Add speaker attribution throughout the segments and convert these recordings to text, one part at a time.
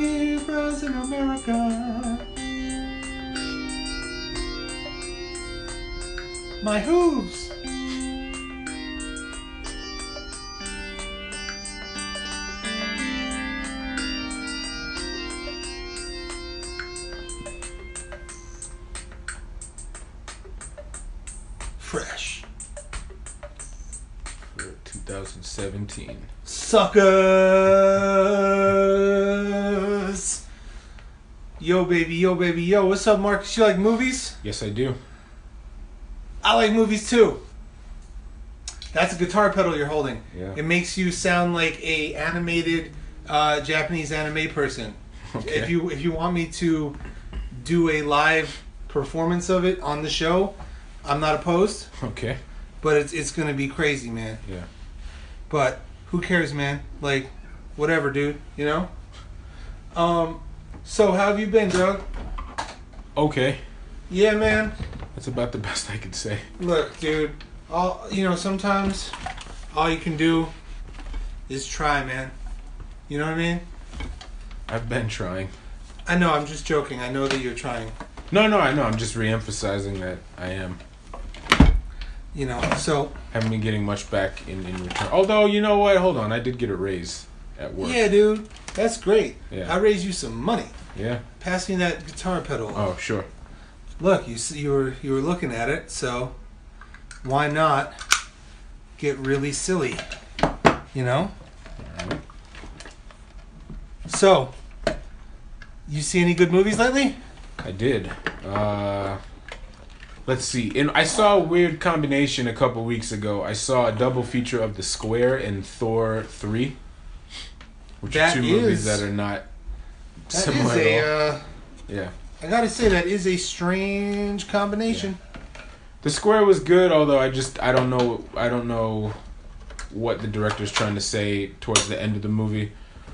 Speaker 1: heroes in America. My hooves. Fresh.
Speaker 2: For 2017.
Speaker 1: Suckers. Yo, baby, yo, baby, yo. What's up, Marcus? You like movies?
Speaker 2: Yes, I do.
Speaker 1: I like movies too. That's a guitar pedal you're holding.
Speaker 2: Yeah.
Speaker 1: It makes you sound like a animated uh, Japanese anime person.
Speaker 2: Okay.
Speaker 1: If you if you want me to do a live performance of it on the show, I'm not opposed,
Speaker 2: Okay.
Speaker 1: but it's it's gonna be crazy, man.
Speaker 2: Yeah.
Speaker 1: But who cares, man? Like, whatever, dude. You know. Um. So how have you been, Doug?
Speaker 2: Okay.
Speaker 1: Yeah, man.
Speaker 2: That's about the best I could say.
Speaker 1: Look, dude. All you know. Sometimes all you can do is try, man. You know what I mean?
Speaker 2: I've been trying.
Speaker 1: I know. I'm just joking. I know that you're trying.
Speaker 2: No, no, I know. I'm just re-emphasizing that I am.
Speaker 1: You know. So
Speaker 2: Haven't been getting much back in, in return. Although, you know what? Hold on. I did get a raise at work.
Speaker 1: yeah, dude. That's great.
Speaker 2: Yeah.
Speaker 1: I raised you some money.
Speaker 2: Yeah?
Speaker 1: Pass me that guitar pedal.
Speaker 2: Oh, sure.
Speaker 1: Look, you s- you were you were looking at it, so why not get really silly? You know.
Speaker 2: Alright.
Speaker 1: So, you see any good movies lately?
Speaker 2: I did. Uh, let's see. And I saw a weird combination a couple weeks ago. I saw a double feature of The Square and Thor Three, which
Speaker 1: That
Speaker 2: are two movies
Speaker 1: is-
Speaker 2: that are not
Speaker 1: That is
Speaker 2: similar.
Speaker 1: a,
Speaker 2: at all.
Speaker 1: uh,
Speaker 2: yeah.
Speaker 1: I gotta say that is a strange combination.
Speaker 2: The Square was good, although I just I don't know I don't know what the director's trying to say towards the end of the movie,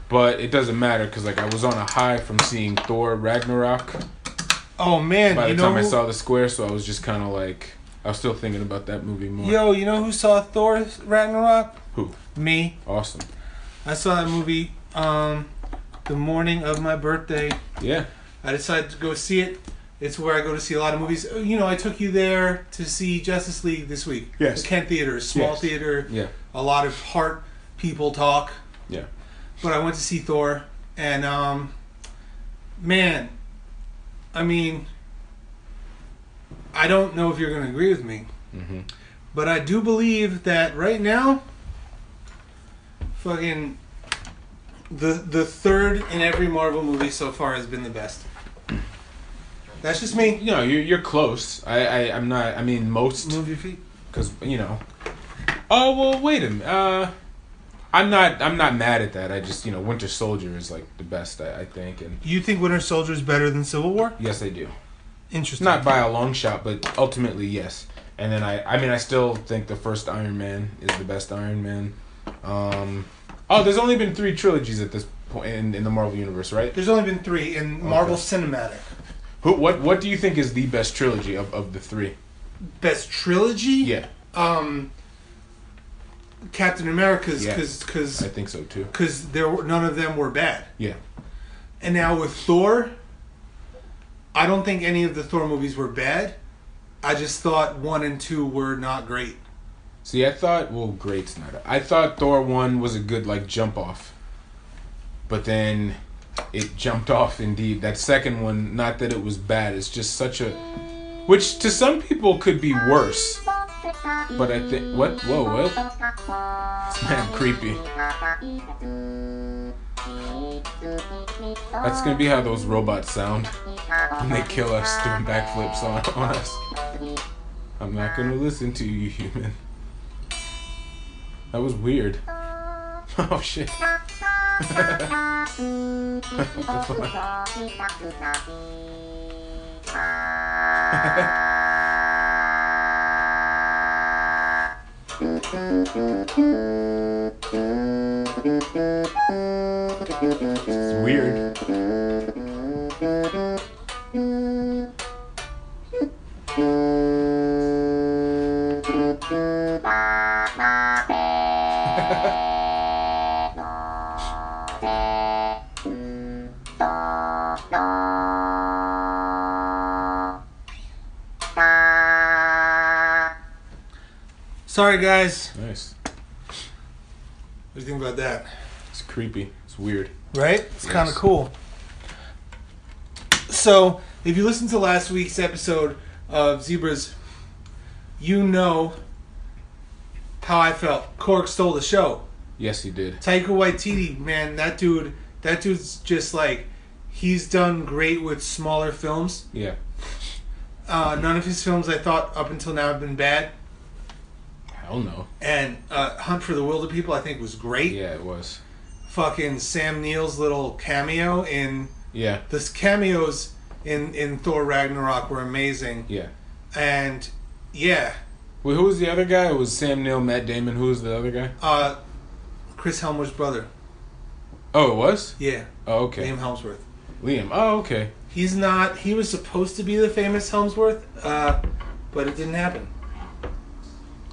Speaker 2: but it doesn't matter because like I was on a high from seeing Thor Ragnarok
Speaker 1: Oh man,
Speaker 2: by
Speaker 1: you
Speaker 2: the
Speaker 1: know,
Speaker 2: time I
Speaker 1: who-
Speaker 2: saw The Square, so I was just kind of like I was still thinking about that movie more.
Speaker 1: yo, you know who saw Thor Ragnarok?
Speaker 2: Who?
Speaker 1: Me.
Speaker 2: Awesome.
Speaker 1: I saw that movie um, the morning of my birthday.
Speaker 2: Yeah.
Speaker 1: I decided to go see it. It's where I go to see a lot of movies. Uh, You know, I took you there to see Justice League this week.
Speaker 2: Yes.
Speaker 1: The Kent Theater, small
Speaker 2: Yes.
Speaker 1: theater,
Speaker 2: Yeah.
Speaker 1: a lot of heart people talk.
Speaker 2: Yeah.
Speaker 1: But I went to see Thor, and um, man, I mean, I don't know if you're going to agree with me,
Speaker 2: Mm-hmm.
Speaker 1: but I do believe that right now, fucking the the third in every Marvel movie so far has been the best. That's just me.
Speaker 2: You know, you're you're close. I, I I'm not. I mean, most
Speaker 1: Move your feet.
Speaker 2: because you know. Oh well, wait a minute. Uh, I'm not. I'm not mad at that. I just you know, Winter Soldier is like the best. I, I think, and
Speaker 1: You think Winter Soldier is better than Civil War?
Speaker 2: yes, I do.
Speaker 1: Interesting.
Speaker 2: Not by a long shot, but ultimately yes. And then I. I mean, I still think the first Iron Man is the best Iron Man. Um, oh, there's only been three trilogies at this point in, in the Marvel universe, right?
Speaker 1: There's only been three in Marvel Cinematic.
Speaker 2: Who? What? What do you think is the best trilogy of, of the three?
Speaker 1: Best trilogy.
Speaker 2: Yeah,
Speaker 1: um, Captain America's
Speaker 2: Yeah.
Speaker 1: because
Speaker 2: I think so too.
Speaker 1: because there were, none of them were bad.
Speaker 2: Yeah.
Speaker 1: And now with Thor, I don't think any of the Thor movies were bad. I just thought one and two were not great.
Speaker 2: See, I thought well, great's not. I thought Thor one was a good like jump off, but then it jumped off. Indeed, that second one, not that it was bad. It's just such a, which to some people could be worse.
Speaker 3: But I think what? Whoa, what? It's
Speaker 2: Man, creepy.
Speaker 3: That's
Speaker 2: That's
Speaker 3: gonna
Speaker 2: gonna
Speaker 3: be
Speaker 2: be how those robots sound
Speaker 3: when
Speaker 2: when they kill us doing backflips on, on us. I'm not gonna listen to you, human. That was weird. Oh shit. It's weird.
Speaker 1: Sorry, guys.
Speaker 2: Nice.
Speaker 1: What do you think about that?
Speaker 2: It's creepy. It's weird.
Speaker 1: Right? It's
Speaker 2: Yes.
Speaker 1: kind of cool. So, if you listen to last week's episode of Zebras, you know how I felt. Cork stole the show.
Speaker 2: Yes, he did.
Speaker 1: Taika Waititi, man, that dude, that dude's just like, he's done great with smaller films.
Speaker 2: Yeah.
Speaker 1: Uh, none of his films I thought up until now have been bad.
Speaker 2: Hell no.
Speaker 1: And uh, Hunt for the Wilder People, I think, was great.
Speaker 2: Yeah, it was.
Speaker 1: Fucking Sam Neill's little cameo in
Speaker 2: Yeah.
Speaker 1: the cameos in in Thor Ragnarok were amazing,
Speaker 2: Yeah.
Speaker 1: and yeah,
Speaker 2: Wait, who was the other guy? It was Sam Neill, Matt Damon. Who was the other guy?
Speaker 1: uh, Chris Helmsworth's brother,
Speaker 2: Oh, it was?
Speaker 1: yeah,
Speaker 2: Oh, okay.
Speaker 1: Liam Helmsworth.
Speaker 2: Liam. Oh, okay.
Speaker 1: He's not. He was supposed to be the famous Helmsworth, uh, but it didn't happen.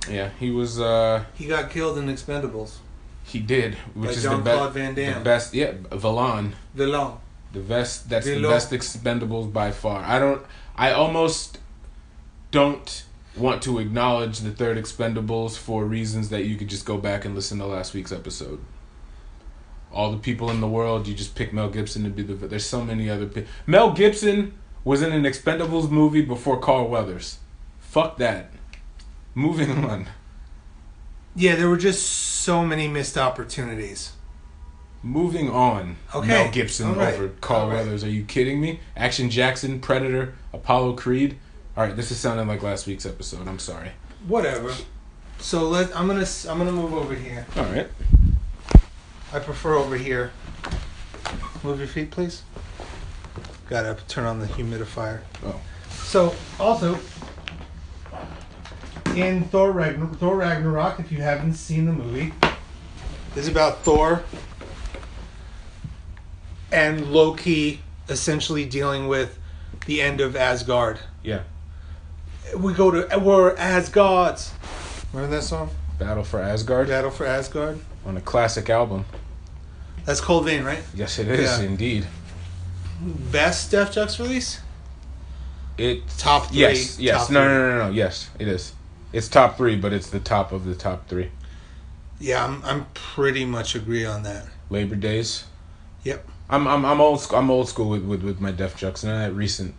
Speaker 2: Yeah, he was, uh,
Speaker 1: He got killed in Expendables.
Speaker 2: he did, which
Speaker 1: By
Speaker 2: is the
Speaker 1: Jean-Claude
Speaker 2: best.
Speaker 1: Van Damme.
Speaker 2: The best, yeah, Valon.
Speaker 1: Villain.
Speaker 2: The best, that's the
Speaker 1: Velo.
Speaker 2: best expendables by far. I don't, I almost don't want to acknowledge the third expendables for reasons that you could just go back and listen to last week's episode. All the people in the world, you just pick Mel Gibson to be the, there's so many other people. Mel Gibson was in an expendables movie before Carl Weathers. Fuck that. Moving on.
Speaker 1: Yeah, there were just so many missed opportunities.
Speaker 2: Moving on.
Speaker 1: Okay.
Speaker 2: Mel Gibson
Speaker 1: All right.
Speaker 2: over Carl
Speaker 1: All right.
Speaker 2: Weathers. Are you kidding me? Action Jackson, Predator, Apollo Creed. All right, this is sounding like last week's episode. I'm sorry.
Speaker 1: Whatever. So let I'm gonna s- I'm gonna move over here.
Speaker 2: All right.
Speaker 1: I prefer over here. Move your feet, please. Gotta turn on the humidifier.
Speaker 2: Oh,
Speaker 1: So, also, in Thor, Ragn- Thor Ragnarok, if you haven't seen the movie, is about Thor and Loki essentially dealing with the end of Asgard.
Speaker 2: yeah.
Speaker 1: We go to we're Asgards. Remember that song,
Speaker 2: Battle for Asgard
Speaker 1: Battle for Asgard?
Speaker 2: on a classic album.
Speaker 1: That's Cold Vein, right?
Speaker 2: Yes, it is
Speaker 1: Yeah.
Speaker 2: indeed.
Speaker 1: Best Def Jux release.
Speaker 2: It
Speaker 1: Top three.
Speaker 2: Yes, yes.
Speaker 1: top
Speaker 2: no,
Speaker 1: three.
Speaker 2: no, no, no, no. Yes, it is. It's top three, but it's the top of the top three.
Speaker 1: Yeah, I'm, I'm pretty much agree on that.
Speaker 2: Labor Days.
Speaker 1: Yep.
Speaker 2: I'm I'm I'm old school. I'm old school with with, with my Def Jux. None of that recent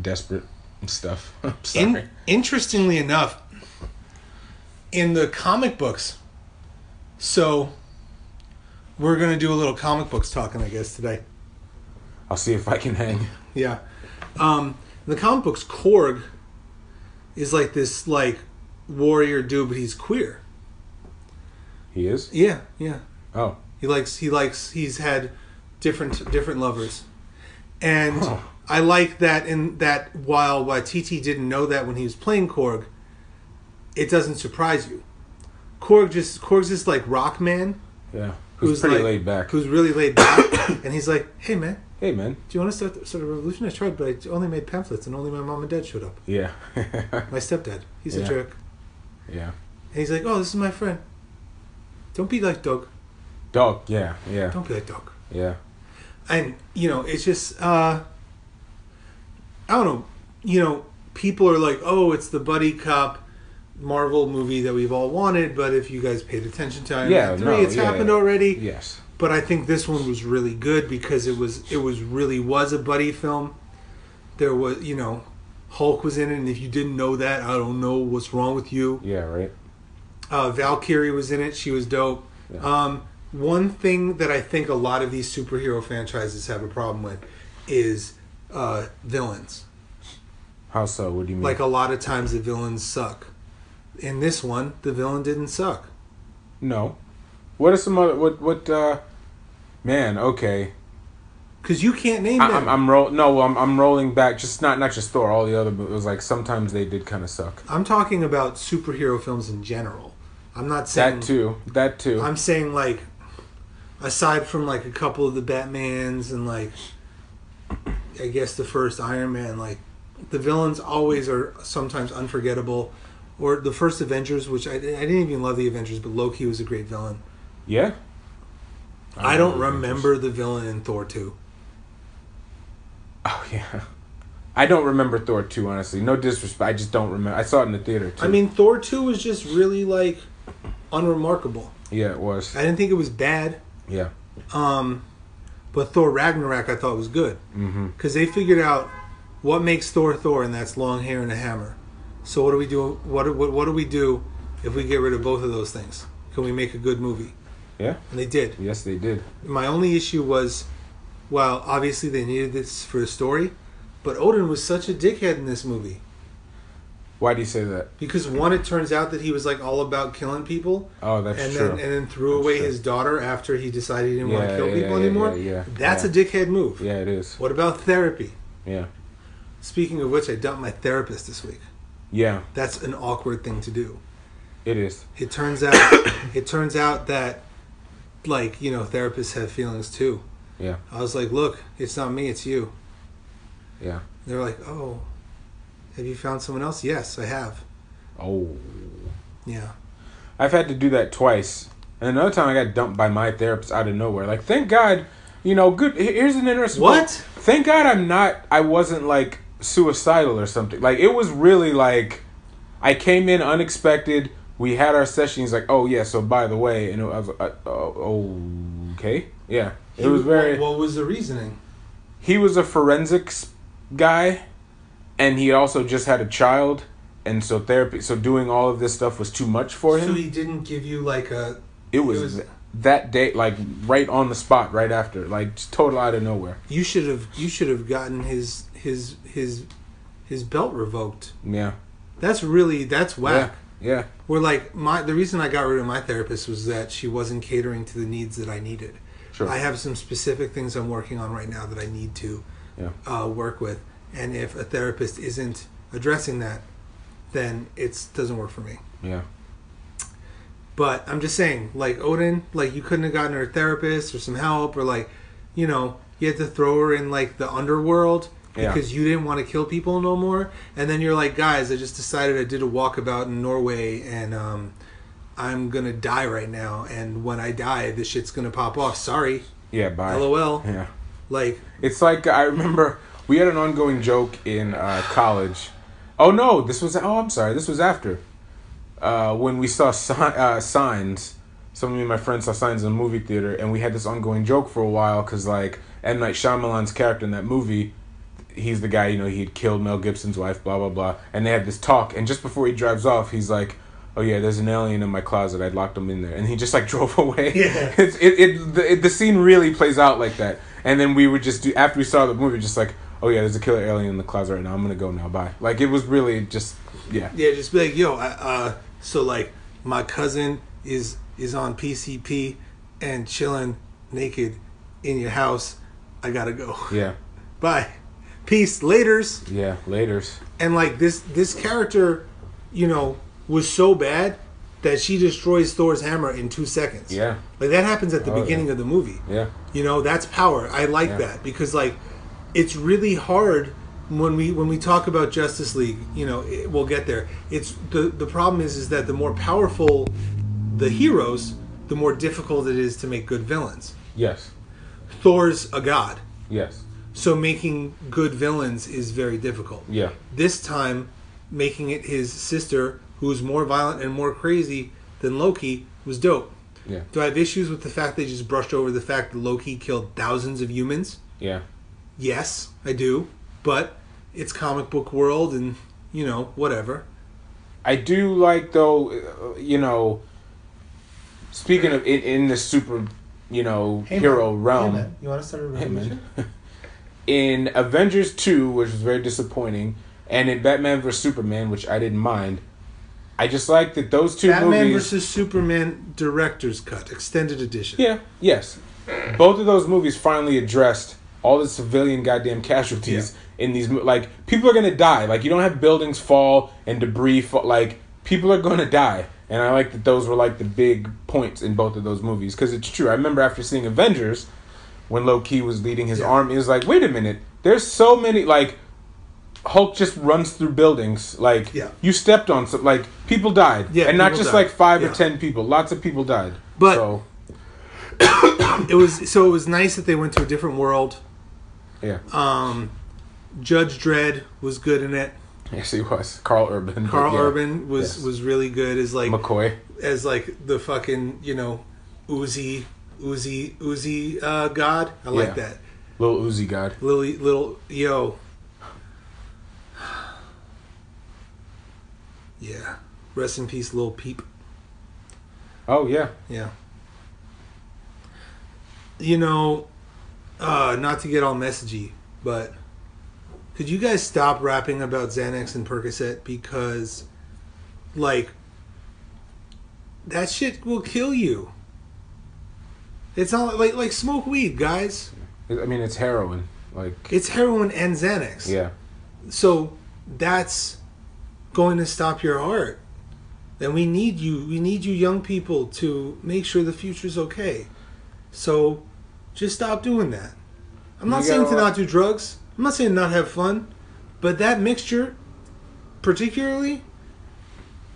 Speaker 2: desperate stuff. I'm sorry.
Speaker 1: In, interestingly enough, in the comic books, so we're gonna do a little comic books talking, I guess, today.
Speaker 2: I'll see if I can hang.
Speaker 1: Yeah. Um, in the comic books, Korg is like this like warrior dude, but he's queer.
Speaker 2: He is.
Speaker 1: Yeah, yeah.
Speaker 2: Oh.
Speaker 1: He likes he likes he's had different different lovers. And
Speaker 2: Huh.
Speaker 1: I like that in that while Waititi didn't know that when he was playing Korg, it doesn't surprise you. Korg just Korg's this like rock man
Speaker 2: Yeah. Who's, pretty
Speaker 1: like,
Speaker 2: laid back.
Speaker 1: Who's really laid back and he's like, Hey man,
Speaker 2: hey man.
Speaker 1: do you want to start, start a revolution? I tried, but I only made pamphlets and only my mom and dad showed up.
Speaker 2: Yeah.
Speaker 1: My stepdad. He's a
Speaker 2: Yeah.
Speaker 1: jerk.
Speaker 2: yeah.
Speaker 1: And he's like, Oh, this is my friend. Don't be like dog.
Speaker 2: Dog. Yeah. Yeah.
Speaker 1: Don't be like dog.
Speaker 2: Yeah.
Speaker 1: and you know it's just uh i don't know you know people are like oh it's the buddy cop marvel movie that we've all wanted but if you guys paid attention to Iron
Speaker 2: Yeah,
Speaker 1: Man 3
Speaker 2: no,
Speaker 1: it's
Speaker 2: yeah,
Speaker 1: happened
Speaker 2: yeah.
Speaker 1: already
Speaker 2: Yes.
Speaker 1: but i think this one was really good because it was it was really was a buddy film there was you know hulk was in it and if you didn't know that i don't know what's wrong with you
Speaker 2: Yeah. Right.
Speaker 1: uh, valkyrie was in it she was dope
Speaker 2: Yeah.
Speaker 1: um, one thing that I think a lot of these superhero franchises have a problem with is uh, villains.
Speaker 2: How so? What do you mean?
Speaker 1: Like a lot of times the villains suck. In this one, the villain didn't suck.
Speaker 2: no. What are some other? What? What? uh Man. Okay.
Speaker 1: Cause you can't name
Speaker 2: I,
Speaker 1: them.
Speaker 2: I'm. I'm roll. No. I'm. I'm rolling back. Just not. Not just Thor. All the other. But it was like sometimes they did kind of suck.
Speaker 1: I'm talking about superhero films in general. I'm not saying
Speaker 2: That too. That too.
Speaker 1: I'm saying like aside from like a couple of the Batmans and like I guess the first Iron Man, like the villains always are sometimes unforgettable. Or the first Avengers, which I, I didn't even love the Avengers, but Loki was a great villain.
Speaker 2: yeah.
Speaker 1: I, don't remember the villain in Thor 2.
Speaker 2: Oh yeah. I don't remember Thor two honestly. No disrespect, I just don't remember. I saw it in the theater too.
Speaker 1: I mean, Thor two was just really like unremarkable.
Speaker 2: yeah, it was.
Speaker 1: I didn't think it was bad,
Speaker 2: Yeah,
Speaker 1: um, but Thor Ragnarok I thought was good
Speaker 2: Mm-hmm.
Speaker 1: because they figured out what makes Thor Thor, and that's long hair and a hammer. So what do we do? What do- what, what do we do if we get rid of both of those things? Can we make a good movie?
Speaker 2: yeah.
Speaker 1: And they did.
Speaker 2: Yes, they did.
Speaker 1: My only issue was, well, obviously they needed this for the story, but Odin was such a dickhead in this movie.
Speaker 2: Why do you say that?
Speaker 1: Because one, it turns out that he was like all about killing people,
Speaker 2: Oh, that's
Speaker 1: and
Speaker 2: true.
Speaker 1: then and then threw
Speaker 2: That's
Speaker 1: away
Speaker 2: true.
Speaker 1: his daughter after he decided he didn't want
Speaker 2: Yeah,
Speaker 1: to kill
Speaker 2: yeah,
Speaker 1: people
Speaker 2: yeah,
Speaker 1: anymore.
Speaker 2: yeah, yeah.
Speaker 1: That's
Speaker 2: Yeah.
Speaker 1: a dickhead move.
Speaker 2: yeah, it is.
Speaker 1: What about therapy?
Speaker 2: Yeah,
Speaker 1: Speaking of which, I dumped my therapist this week.
Speaker 2: yeah,
Speaker 1: That's an awkward thing to do.
Speaker 2: it is.
Speaker 1: It turns out, it turns out that, like you know, therapists have feelings too.
Speaker 2: Yeah,
Speaker 1: I was like, look, it's not me, it's you.
Speaker 2: yeah.
Speaker 1: They're like, oh, have you found someone else? Yes, I have.
Speaker 2: Oh,
Speaker 1: Yeah.
Speaker 2: I've had to do that twice. And another time, I got dumped by my therapist out of nowhere. Like, thank God, you know. Good. he- Here's an interesting.
Speaker 1: What?
Speaker 2: Thank God, I'm not. I wasn't like suicidal or something. Like, it was really like, I came in unexpected. We had our session. He's like, oh yeah. So by the way, and I was like, uh, oh, okay, yeah. It was very.
Speaker 1: What was the reasoning?
Speaker 2: he was a forensics guy and he also just had a child and so therapy so doing all of this stuff was too much for him
Speaker 1: So he didn't give you like a.
Speaker 2: it was,
Speaker 1: it was-
Speaker 2: that day like right on the spot right after like just total out of nowhere
Speaker 1: You should have. You should have gotten his his his his belt revoked.
Speaker 2: yeah
Speaker 1: That's really that's whack.
Speaker 2: yeah
Speaker 1: We're like my the reason I got rid of my therapist was that she wasn't catering to the needs that I needed.
Speaker 2: Sure.
Speaker 1: I have some specific things I'm working on right now that I need to
Speaker 2: yeah
Speaker 1: uh, work with, and if a therapist isn't addressing that, then it doesn't work for me.
Speaker 2: yeah
Speaker 1: But I'm just saying, like Odin, like you couldn't have gotten her a therapist or some help or like, you know, you had to throw her in like the underworld
Speaker 2: Yeah.
Speaker 1: because you didn't want to kill people no more. And then you're like, guys, I just decided I did a walkabout in Norway and um, I'm gonna die right now. And when I die, this shit's gonna pop off. Sorry,
Speaker 2: yeah bye
Speaker 1: lol.
Speaker 2: yeah
Speaker 1: Like,
Speaker 2: It's like I remember we had an ongoing joke in uh, college. Oh no, this was oh I'm sorry, this was after uh, when we saw si- uh, signs. Some of me and my friends saw signs in the movie theater, and we had this ongoing joke for a while because like M Night Shyamalan's character in that movie. He's the guy, you know, he had killed Mel Gibson's wife, blah, blah, blah. And they had this talk, and just before he drives off, he's like, Oh, yeah, there's an alien in my closet. I locked him in there. And he just, like, drove away.
Speaker 1: Yeah.
Speaker 2: It's, it, it, the, it, the scene really plays out like that. And then we would just do, after we saw the movie, just like, oh yeah, there's a killer alien in the closet right now. I'm going to go now. Bye. Like, it was really just, yeah.
Speaker 1: yeah, just be like, yo, I, uh, so like my cousin is is on PCP and chilling naked in your house. I gotta go.
Speaker 2: Yeah.
Speaker 1: Bye. Peace. Laters.
Speaker 2: Yeah. Laters.
Speaker 1: And like this this character, you know, was so bad that she destroys Thor's hammer in two seconds.
Speaker 2: Yeah.
Speaker 1: Like that happens at the
Speaker 2: Oh,
Speaker 1: beginning
Speaker 2: yeah.
Speaker 1: of the movie.
Speaker 2: Yeah.
Speaker 1: You know, that's power. I like
Speaker 2: Yeah.
Speaker 1: that because like it's really hard when we when we talk about Justice League, you know, it, we'll get there. It's the the problem is is that the more powerful the heroes, the more difficult it is to make good villains.
Speaker 2: Yes.
Speaker 1: Thor's a god.
Speaker 2: Yes.
Speaker 1: So making good villains is very difficult.
Speaker 2: Yeah.
Speaker 1: This time, making it his sister, who's more violent and more crazy than Loki, was dope.
Speaker 2: Yeah.
Speaker 1: Do I have issues with the fact they just brushed over the fact that Loki killed thousands of humans?
Speaker 2: Yeah.
Speaker 1: Yes, I do. But it's comic book world and, you know, whatever.
Speaker 2: I do like though, uh, you know. Speaking of in, in the super, you know, hero realm,
Speaker 1: You want to start a
Speaker 2: Hitman. in Avengers 2, which was very disappointing, and in Batman vs. Superman, which I didn't mind, I just like that those two
Speaker 1: Batman
Speaker 2: movies.
Speaker 1: versus Superman Director's Cut, Extended Edition.
Speaker 2: yeah, yes. Both of those movies finally addressed all the civilian goddamn casualties in these. mo- Like, people are going to die. Like, you don't have buildings fall and debris fall. Like, people are going to die. And I like that those were, like, the big points in both of those movies. Because it's true. I remember after seeing Avengers, when Loki was leading his
Speaker 1: Yeah.
Speaker 2: army, it was like, wait a minute. There's so many. Like, Hulk just runs through buildings. Like
Speaker 1: Yeah.
Speaker 2: you stepped on some. Like people died,
Speaker 1: Yeah,
Speaker 2: and not
Speaker 1: people
Speaker 2: just
Speaker 1: died.
Speaker 2: like five
Speaker 1: Yeah.
Speaker 2: or ten people. Lots of people died.
Speaker 1: But-
Speaker 2: so,
Speaker 1: It was so it was nice that they went to a different world.
Speaker 2: yeah,
Speaker 1: Um, Judge Dredd was good in it.
Speaker 2: Yes, he was. Carl Urban. but
Speaker 1: Carl
Speaker 2: yeah.
Speaker 1: Urban was
Speaker 2: Yes.
Speaker 1: was really good as like
Speaker 2: McCoy.
Speaker 1: as like the fucking you know Uzi Uzi Uzi uh, God. I like
Speaker 2: Yeah.
Speaker 1: that.
Speaker 2: Little Uzi God.
Speaker 1: Lily little yo. Yeah. Rest in peace, little peep.
Speaker 2: Oh, yeah.
Speaker 1: Yeah. You know, uh, not to get all messagey, but could you guys stop rapping about Xanax and Percocet because, like, that shit will kill you. It's not like like smoke weed, guys.
Speaker 2: I mean, it's heroin. Like,
Speaker 1: It's heroin and Xanax.
Speaker 2: yeah.
Speaker 1: So that's going to stop your heart. And we need you. We need you, young people, to make sure the future's okay. So just stop doing that. I'm not
Speaker 2: You
Speaker 1: saying
Speaker 2: gotta-
Speaker 1: to not do drugs. I'm not saying not have fun. But that mixture, particularly,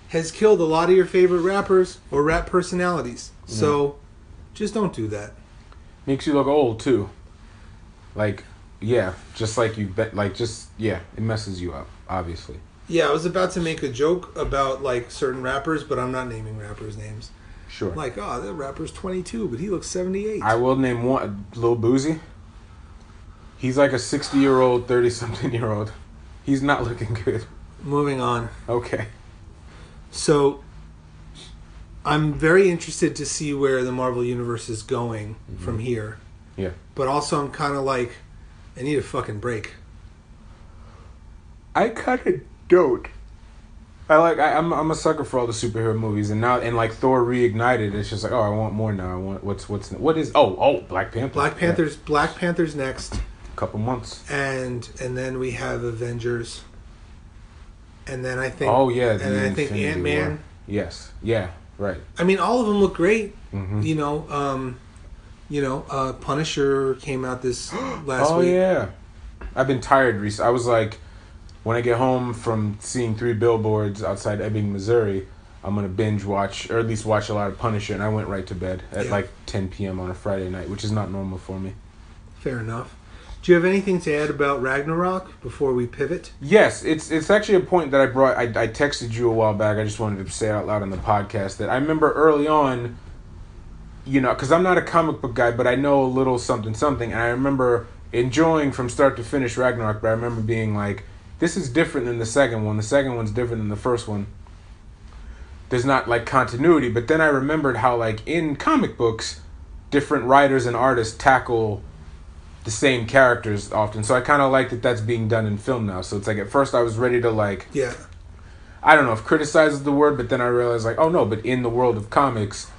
Speaker 1: has killed a lot of your favorite rappers or rap personalities.
Speaker 2: Mm-hmm.
Speaker 1: So just don't do that.
Speaker 2: Makes you look old, too. Like, yeah. Just like you bet. Like, just, yeah. It messes you up, obviously.
Speaker 1: Yeah, I was about to make a joke about like certain rappers, but I'm not naming rappers' names.
Speaker 2: Sure.
Speaker 1: I'm like, oh, that rapper's 22, but he looks 78.
Speaker 2: I will name one Lil Boozy. He's like a sixty year old, thirty something year old. He's not looking good.
Speaker 1: Moving on.
Speaker 2: Okay.
Speaker 1: So, I'm very interested to see where the Marvel Universe is going
Speaker 2: Mm-hmm.
Speaker 1: from here.
Speaker 2: Yeah.
Speaker 1: But also, I'm kind of like, I need a fucking break.
Speaker 2: I kinda don't. I like I, I'm I'm a sucker for all the superhero movies and now and like Thor reignited, it's just like, oh I want more now. I want what's what's what is oh oh Black Panther.
Speaker 1: Black Panther's Black Panther's next,
Speaker 2: Yeah. couple months.
Speaker 1: and and then we have Avengers, and then I think
Speaker 2: oh yeah,
Speaker 1: and
Speaker 2: the
Speaker 1: then I think
Speaker 2: Infinity
Speaker 1: Ant Man.
Speaker 2: War. Yes. Yeah, right.
Speaker 1: I mean, all of them look great.
Speaker 2: Mhm.
Speaker 1: You know, um, you know, uh, Punisher came out this last
Speaker 2: oh
Speaker 1: week.
Speaker 2: yeah, I've been tired. Reese. I was like, when I get home from seeing three billboards outside Ebbing, Missouri, I'm gonna binge watch or at least watch a lot of Punisher. And I went right to bed at
Speaker 1: Yeah.
Speaker 2: like 10 p.m. on a Friday night, which is not normal for me.
Speaker 1: Fair enough. Do you have anything to add about Ragnarok before we pivot?
Speaker 2: Yes, it's it's actually a point that I brought. I, I texted you a while back. I just wanted to say it out loud on the podcast that I remember early on. You know, because I'm not a comic book guy, but I know a little something something, and I remember enjoying from start to finish Ragnarok. But I remember being like, "This is different than the second one. The second one's different than the first one." There's not like continuity, but then I remembered how like in comic books, different writers and artists tackle the same characters often. So I kind of like that that's being done in film now. So it's like at first I was ready to like
Speaker 1: Yeah.
Speaker 2: I don't know if criticize is the word, but then I realized like oh no, but in the world of comics,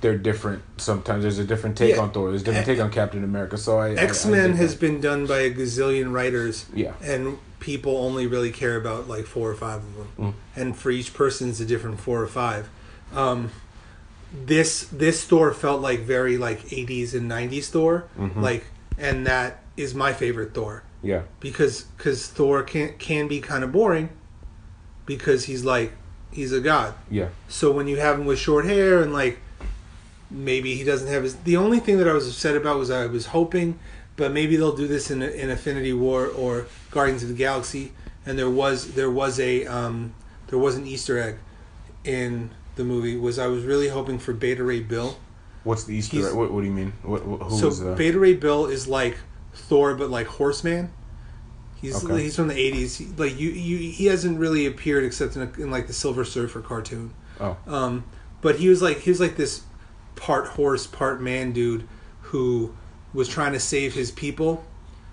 Speaker 2: they're different. Sometimes there's a different take
Speaker 1: Yeah.
Speaker 2: on Thor. There's a different take on Captain America. So I I- I
Speaker 1: X Men
Speaker 2: dig
Speaker 1: has
Speaker 2: that.
Speaker 1: been done by a gazillion writers,
Speaker 2: yeah
Speaker 1: and people only really care about like four or five of them.
Speaker 2: Mm.
Speaker 1: And for each person, it's a different four or five. Um, this this Thor felt like very like 80s and 90s Thor,
Speaker 2: Mm-hmm.
Speaker 1: like, and that is my favorite Thor.
Speaker 2: yeah
Speaker 1: because because Thor can can be kind of boring because he's like he's a god.
Speaker 2: yeah
Speaker 1: So when you have him with short hair and like maybe he doesn't have his the only thing that I was upset about was I was hoping but maybe they'll do this in in Infinity War or Guardians of the Galaxy and there was there was a um there was an easter egg in the movie was I was really hoping for Beta Ray Bill.
Speaker 2: What's the Easter?
Speaker 1: He's-
Speaker 2: egg? What, what do you mean? What, what who
Speaker 1: so
Speaker 2: was uh,
Speaker 1: Beta Ray Bill is like Thor, but like Horseman. He's
Speaker 2: Okay.
Speaker 1: he's from the eighties. Like you, you, he hasn't really appeared except in, a, in like the Silver Surfer cartoon.
Speaker 2: oh
Speaker 1: Um, but he was like he was like this part horse, part man dude who was trying to save his people.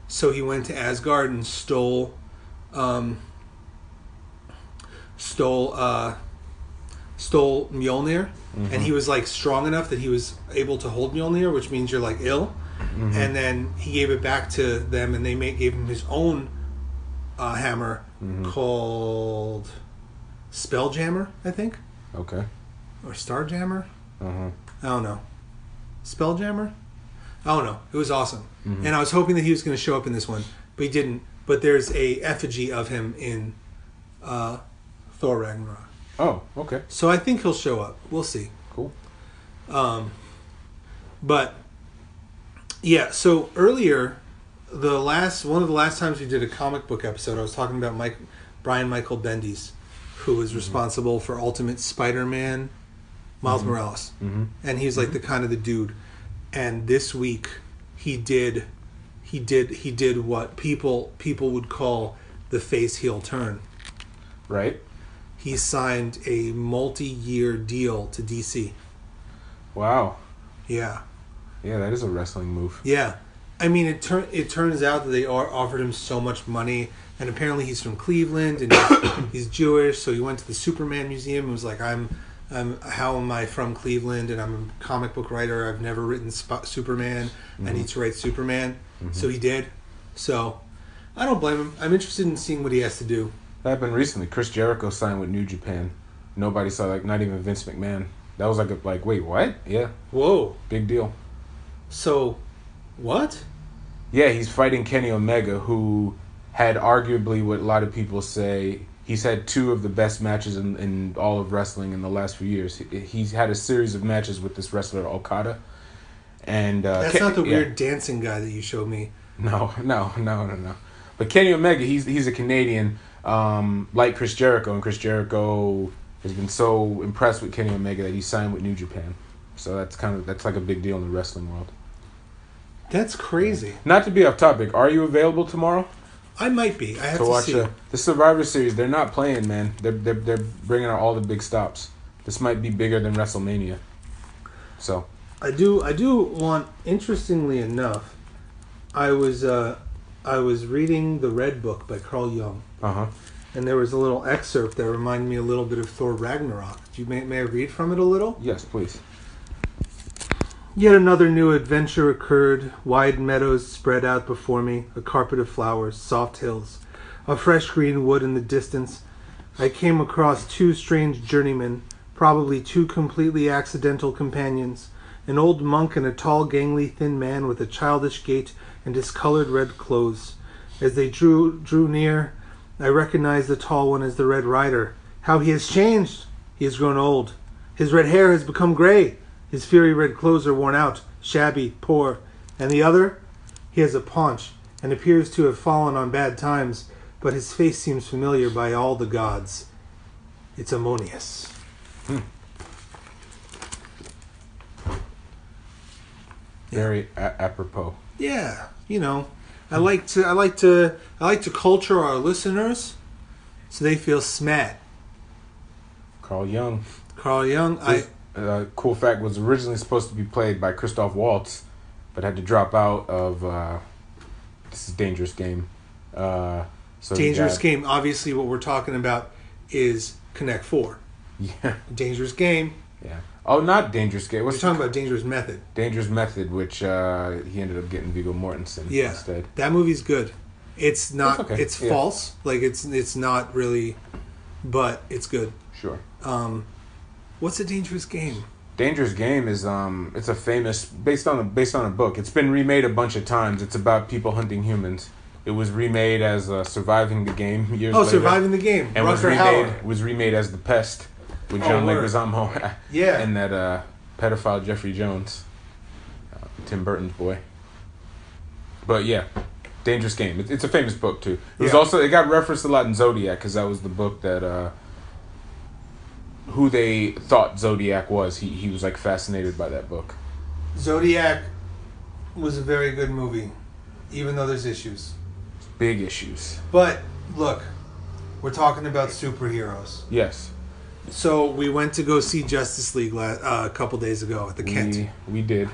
Speaker 1: So he went to Asgard and stole, um, stole, uh, stole Mjolnir, and he was like strong enough that he was able to hold Mjolnir, which means you're like ill. And then he gave it back to them, and they made, gave him his own uh, hammer called Spelljammer, I think
Speaker 2: okay
Speaker 1: or Starjammer.
Speaker 2: uh
Speaker 1: I don't know. Spelljammer. I don't know. It was awesome, and I was hoping that he was going to show up in this one, but he didn't. But there's a effigy of him in uh, Thor Ragnarok,
Speaker 2: oh okay
Speaker 1: so I think he'll show up. We'll see.
Speaker 2: cool
Speaker 1: Um, but yeah, so earlier the last one of the last times we did a comic book episode, I was talking about Mike Brian Michael Bendis, who was responsible for Ultimate Spider-Man, Miles Morales,
Speaker 2: Mhm.
Speaker 1: and he's like the kind of the dude. And this week, he did, he did, he did what people people would call the face heel turn.
Speaker 2: Right?
Speaker 1: He signed a multi-year deal to DC.
Speaker 2: Wow.
Speaker 1: Yeah.
Speaker 2: Yeah, that is a wrestling move.
Speaker 1: Yeah, I mean it. Tur- it turns out that they are offered him so much money, and apparently he's from Cleveland and he's- he's Jewish. So he went to the Superman Museum and was like, "I'm, I'm. How am I from Cleveland? And I'm a comic book writer. I've never written Sp- Superman.
Speaker 2: Mm-hmm.
Speaker 1: I need to write Superman." So he did. So I don't blame him. I'm interested in seeing what he has to do.
Speaker 2: That happened recently. Chris Jericho signed with New Japan. Nobody saw like not even Vince McMahon. That was like a like wait, what? Yeah,
Speaker 1: Whoa.
Speaker 2: big deal.
Speaker 1: So what?
Speaker 2: Yeah, he's fighting Kenny Omega, who had arguably what a lot of people say he's had two of the best matches in, in all of wrestling in the last few years. He, he's had a series of matches with this wrestler Okada, and uh,
Speaker 1: That's
Speaker 2: Ken-
Speaker 1: not the
Speaker 2: yeah.
Speaker 1: weird dancing guy that you showed me.
Speaker 2: No, no, no, no, no. But Kenny Omega, he's he's a Canadian, um, like Chris Jericho, and Chris Jericho has been so impressed with Kenny Omega that he signed with New Japan. So that's kind of that's like a big deal in the wrestling world.
Speaker 1: That's crazy.
Speaker 2: Not to be off topic, are you available tomorrow
Speaker 1: I might be. I have
Speaker 2: to
Speaker 1: to,
Speaker 2: watch
Speaker 1: see.
Speaker 2: the, the Survivor Series? They're not playing, man. They're they're they're bringing out all the big stops. This might be bigger than WrestleMania. So
Speaker 1: I do. I do want. Interestingly enough, I was uh, I was reading the Red Book by Carl Jung,
Speaker 2: uh huh.
Speaker 1: and there was a little excerpt that reminded me a little bit of Thor Ragnarok. Do you may, may I read from it a little?
Speaker 2: Yes, please.
Speaker 1: Yet another new adventure occurred. Wide meadows spread out before me, a carpet of flowers, soft hills, a fresh green wood in the distance. I came across two strange journeymen, probably two completely accidental companions an old monk and a tall, gangly, thin man with a childish gait and discolored red clothes. As they drew, drew near, I recognized the tall one as the Red Rider. How he has changed! He has grown old. His red hair has become gray. His fiery red clothes are worn out, shabby, poor. And the other? He has a paunch and appears to have fallen on bad times, but his face seems familiar by all the gods. It's Ammonius.
Speaker 2: Very a- apropos.
Speaker 1: Yeah, you know, I like to I like to I like to culture our listeners so they feel smat.
Speaker 2: Carl Young.
Speaker 1: Carl Young, I
Speaker 2: uh, cool fact was originally supposed to be played by Christoph Waltz, but had to drop out of uh, this is dangerous game. Uh, so he
Speaker 1: Dangerous
Speaker 2: got-
Speaker 1: Game, obviously what we're talking about is Connect 4.
Speaker 2: Yeah,
Speaker 1: Dangerous Game.
Speaker 2: yeah. Oh, not dangerous game.
Speaker 1: We're
Speaker 2: What's
Speaker 1: talking about Dangerous Method.
Speaker 2: dangerous method? Which uh, he ended up getting Viggo Mortensen
Speaker 1: Yeah.
Speaker 2: instead.
Speaker 1: That movie's good. It's not.
Speaker 2: It's
Speaker 1: It's,
Speaker 2: okay, yeah.
Speaker 1: false. Like it's it's not really, but it's good.
Speaker 2: Sure.
Speaker 1: Um, what's a dangerous game?
Speaker 2: Dangerous Game is um it's a famous based on a based on a book. It's been remade a bunch of times. It's about people hunting humans. It was remade as uh, Surviving the Game years
Speaker 1: Oh,
Speaker 2: later.
Speaker 1: surviving the game.
Speaker 2: and was
Speaker 1: Rucker
Speaker 2: remade
Speaker 1: Howard.
Speaker 2: was remade as the pest with
Speaker 1: Oh,
Speaker 2: John
Speaker 1: word.
Speaker 2: Leguizamo.
Speaker 1: Yeah.
Speaker 2: and that uh, pedophile Jeffrey Jones, uh, Tim Burton's boy. But yeah, Dangerous Game. It, it's a famous book too. It was
Speaker 1: Yeah.
Speaker 2: also it got referenced a lot in Zodiac because that was the book that uh, who they thought Zodiac was. He he was like fascinated by that book.
Speaker 1: Zodiac was a very good movie, even though there's issues.
Speaker 2: Big issues.
Speaker 1: But look, we're talking about superheroes.
Speaker 2: Yes,
Speaker 1: So we went to go see Justice League la- uh, a couple days ago at the Kent
Speaker 2: we we did.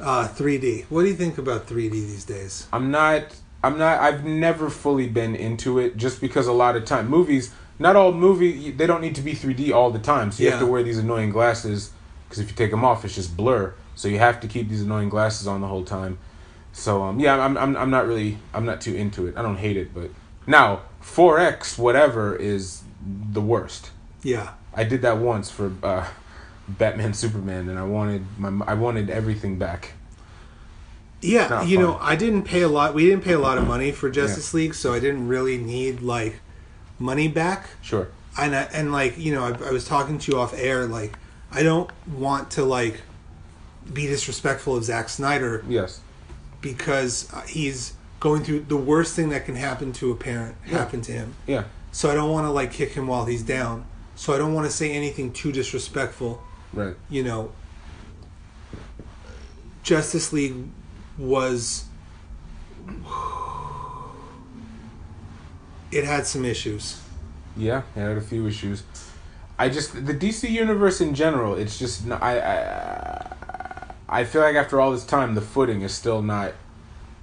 Speaker 1: uh, 3D. What do you think about 3D these days?
Speaker 2: I'm not. I'm not. I've never fully been into it, just because a lot of time movies. Not all movie. They don't need to be 3D all the time. So you have to
Speaker 1: Yeah.
Speaker 2: wear these annoying glasses because if you take them off, it's just blur. So you have to keep these annoying glasses on the whole time. So um, yeah, I'm, I'm I'm not really. I'm not too into it. I don't hate it, but now 4X whatever is the worst.
Speaker 1: Yeah,
Speaker 2: I did that once for uh, Batman Superman, and I wanted my I wanted everything back.
Speaker 1: yeah.
Speaker 2: Not
Speaker 1: you know,
Speaker 2: fun.
Speaker 1: I didn't pay a lot. We didn't pay a lot of money for Justice League, so I didn't really need like money back.
Speaker 2: Sure.
Speaker 1: and I, and like you know I, I was talking to you off air like i don't want to like be disrespectful of Zack snyder
Speaker 2: Yes.
Speaker 1: because uh, he's going through the worst thing that can happen to a parent happened to him.
Speaker 2: Yeah.
Speaker 1: So I don't want to like kick him while he's down. So I don't want to say anything too disrespectful.
Speaker 2: Right.
Speaker 1: You know, Justice League was it had some issues.
Speaker 2: Yeah, it had a few issues. I just the DC universe in general. It's just n I I I I feel like after all this time, the footing is still not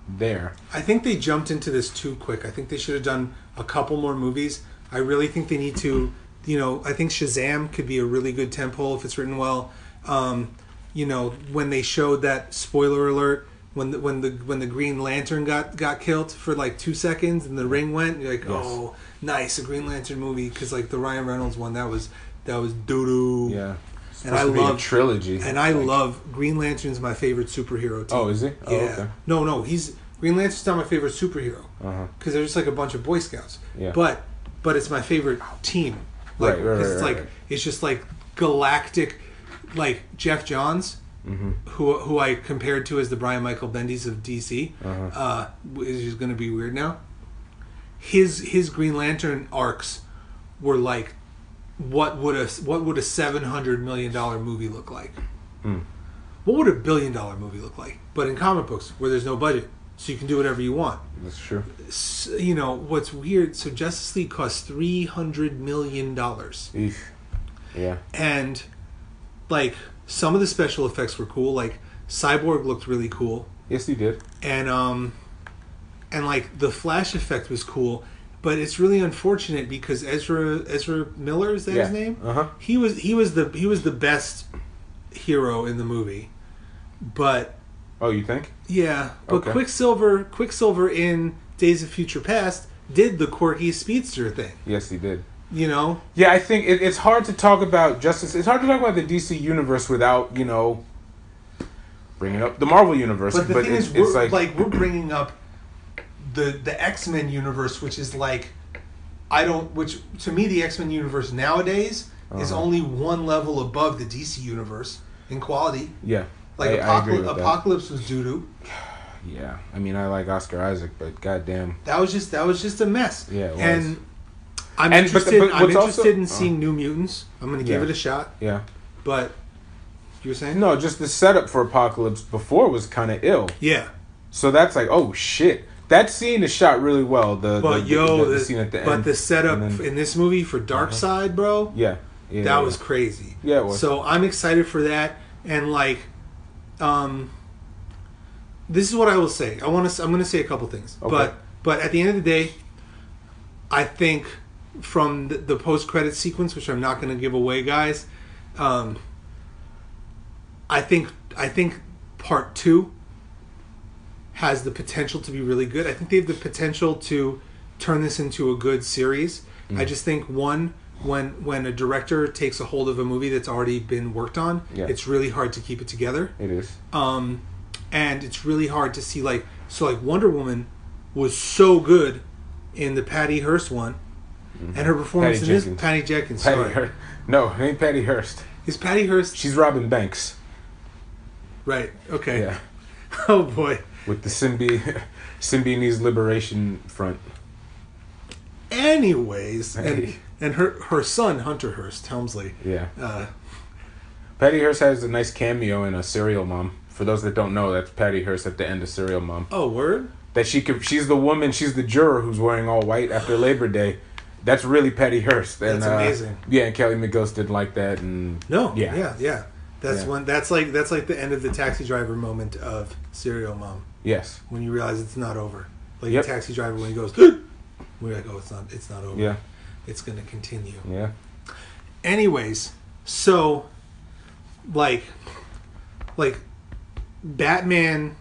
Speaker 2: there.
Speaker 1: I think they jumped into this too quick. I think they should have done a couple more movies. I really think they need to, you know, I think Shazam could be a really good temple if it's written well. Um, you know, when they showed that spoiler alert when the, when the when the Green Lantern got got killed for like two seconds and the ring went, you're like,
Speaker 2: Yes.
Speaker 1: oh, nice, a Green Lantern movie because like the Ryan Reynolds one that was that was doo doo.
Speaker 2: Yeah, it's
Speaker 1: And I
Speaker 2: supposed to be a
Speaker 1: love-
Speaker 2: trilogy.
Speaker 1: And I
Speaker 2: Like-
Speaker 1: love Green Lantern's my favorite superhero. Too.
Speaker 2: Oh, is it?
Speaker 1: Yeah.
Speaker 2: Oh, okay.
Speaker 1: No, no, he's Green Lantern's not my favorite superhero
Speaker 2: Uh huh.
Speaker 1: because they're just like a bunch of Boy Scouts.
Speaker 2: Yeah.
Speaker 1: But but it's my favorite team. Like,
Speaker 2: Right, right,
Speaker 1: 'cause
Speaker 2: right,
Speaker 1: It's
Speaker 2: right,
Speaker 1: like
Speaker 2: right.
Speaker 1: it's just like galactic, like Jeff Johns,
Speaker 2: Mm-hmm.
Speaker 1: who who I compared to as the Brian Michael Bendis of DC,
Speaker 2: Uh-huh.
Speaker 1: uh, is just going to be weird now. His his Green Lantern arcs were like, what would a what would a seven hundred million dollar movie look like?
Speaker 2: Hmm.
Speaker 1: What would a billion dollar movie look like? But in comic books, where there's no budget, so you can do whatever you want
Speaker 2: That's true.
Speaker 1: s- you know what's weird so justice league cost 300 million dollars
Speaker 2: Eesh. Yeah.
Speaker 1: and like some of the special effects were cool like cyborg looked really cool
Speaker 2: Yes, he did.
Speaker 1: and um and like the flash effect was cool but it's really unfortunate because ezra ezra miller is that
Speaker 2: yeah.
Speaker 1: his name
Speaker 2: Uh huh.
Speaker 1: he was he was the he was the best hero in the movie but
Speaker 2: Oh, you think?
Speaker 1: yeah, but
Speaker 2: Okay.
Speaker 1: Quicksilver, Quicksilver in Days of Future Past did the quirky speedster thing.
Speaker 2: Yes, he did.
Speaker 1: You know,
Speaker 2: Yeah, I think it, it's hard to talk about justice. It's hard to talk about the DC universe without you know bringing up the Marvel universe.
Speaker 1: but the thing
Speaker 2: it's,
Speaker 1: is,
Speaker 2: it's
Speaker 1: we're, like,
Speaker 2: like,
Speaker 1: we're bringing up the the X Men universe, which is like I don't. Which to me, the X Men universe nowadays is
Speaker 2: Uh-huh.
Speaker 1: only one level above the DC universe in quality.
Speaker 2: yeah,
Speaker 1: Like
Speaker 2: I, I
Speaker 1: Apocalypse,
Speaker 2: agree with that.
Speaker 1: Apocalypse was doo doo.
Speaker 2: Yeah, I mean, I like Oscar Isaac, but goddamn,
Speaker 1: That was just that was just a mess.
Speaker 2: Yeah, it was.
Speaker 1: and I'm
Speaker 2: And- but the-
Speaker 1: interested.
Speaker 2: but
Speaker 1: I'm
Speaker 2: what's
Speaker 1: interested
Speaker 2: also- uh-huh.
Speaker 1: in seeing New Mutants. I'm gonna give
Speaker 2: Yeah.
Speaker 1: it a shot.
Speaker 2: yeah.
Speaker 1: But you were saying
Speaker 2: No, just the setup for Apocalypse before was kind of ill.
Speaker 1: Yeah,
Speaker 2: So that's like, oh shit. That scene is shot really well. The
Speaker 1: but
Speaker 2: the,
Speaker 1: yo,
Speaker 2: the,
Speaker 1: the,
Speaker 2: the scene at the
Speaker 1: but
Speaker 2: end.
Speaker 1: the setup
Speaker 2: and then- Uh-huh.
Speaker 1: in this movie for Dark Side, bro,
Speaker 2: yeah, yeah,
Speaker 1: that
Speaker 2: yeah.
Speaker 1: was crazy.
Speaker 2: Yeah, it was.
Speaker 1: So I'm excited for that, and like, um, this is what I will say. I want to. I'm going to say a couple things,
Speaker 2: Okay.
Speaker 1: but but at the end of the day, I think from the, the post credit sequence, which I'm not going to give away, guys. Um, I think I think part two has the potential to be really good. I think they have the potential to turn this into a good series.
Speaker 2: Mm.
Speaker 1: I just think one when when a director takes a hold of a movie that's already been worked on,
Speaker 2: Yeah.
Speaker 1: it's really hard to keep it together.
Speaker 2: It is.
Speaker 1: Um, and it's really hard to see like so like Wonder Woman was so good in the Patty Hearst one, and her performance
Speaker 2: Mm-hmm. Patty
Speaker 1: in this
Speaker 2: Jenkins.
Speaker 1: Patty Jenkins.
Speaker 2: Patty
Speaker 1: sorry.
Speaker 2: Hearst. No, it ain't Patty Hearst.
Speaker 1: is Patty Hearst
Speaker 2: She's Robin Banks.
Speaker 1: right? Okay.
Speaker 2: Yeah,
Speaker 1: Oh boy.
Speaker 2: with the Symbi Symbionese Liberation Front.
Speaker 1: Anyways, and,
Speaker 2: Hey.
Speaker 1: and her her son Hunter Hearst Helmsley.
Speaker 2: Yeah,
Speaker 1: Uh,
Speaker 2: Patty Hearst has a nice cameo in a Serial Mom. For those that don't know, that's Patty Hearst at the end of Serial Mom.
Speaker 1: oh, word.
Speaker 2: That she could, she's the woman, she's the juror who's wearing all white after Labor Day. That's really Patty Hearst. And,
Speaker 1: That's
Speaker 2: uh,
Speaker 1: amazing.
Speaker 2: yeah, and Kelly McGillis did like that, and
Speaker 1: No.
Speaker 2: Yeah.
Speaker 1: Yeah. Yeah. That's
Speaker 2: Yeah.
Speaker 1: one. That's like that's like the end of the taxi driver moment of Serial Mom
Speaker 2: yes,
Speaker 1: when you realize it's not over. Like
Speaker 2: Yep.
Speaker 1: the taxi driver when he goes, we're like, oh, it's not. It's not over.
Speaker 2: yeah,
Speaker 1: It's gonna continue.
Speaker 2: yeah.
Speaker 1: Anyways, so like like Batman,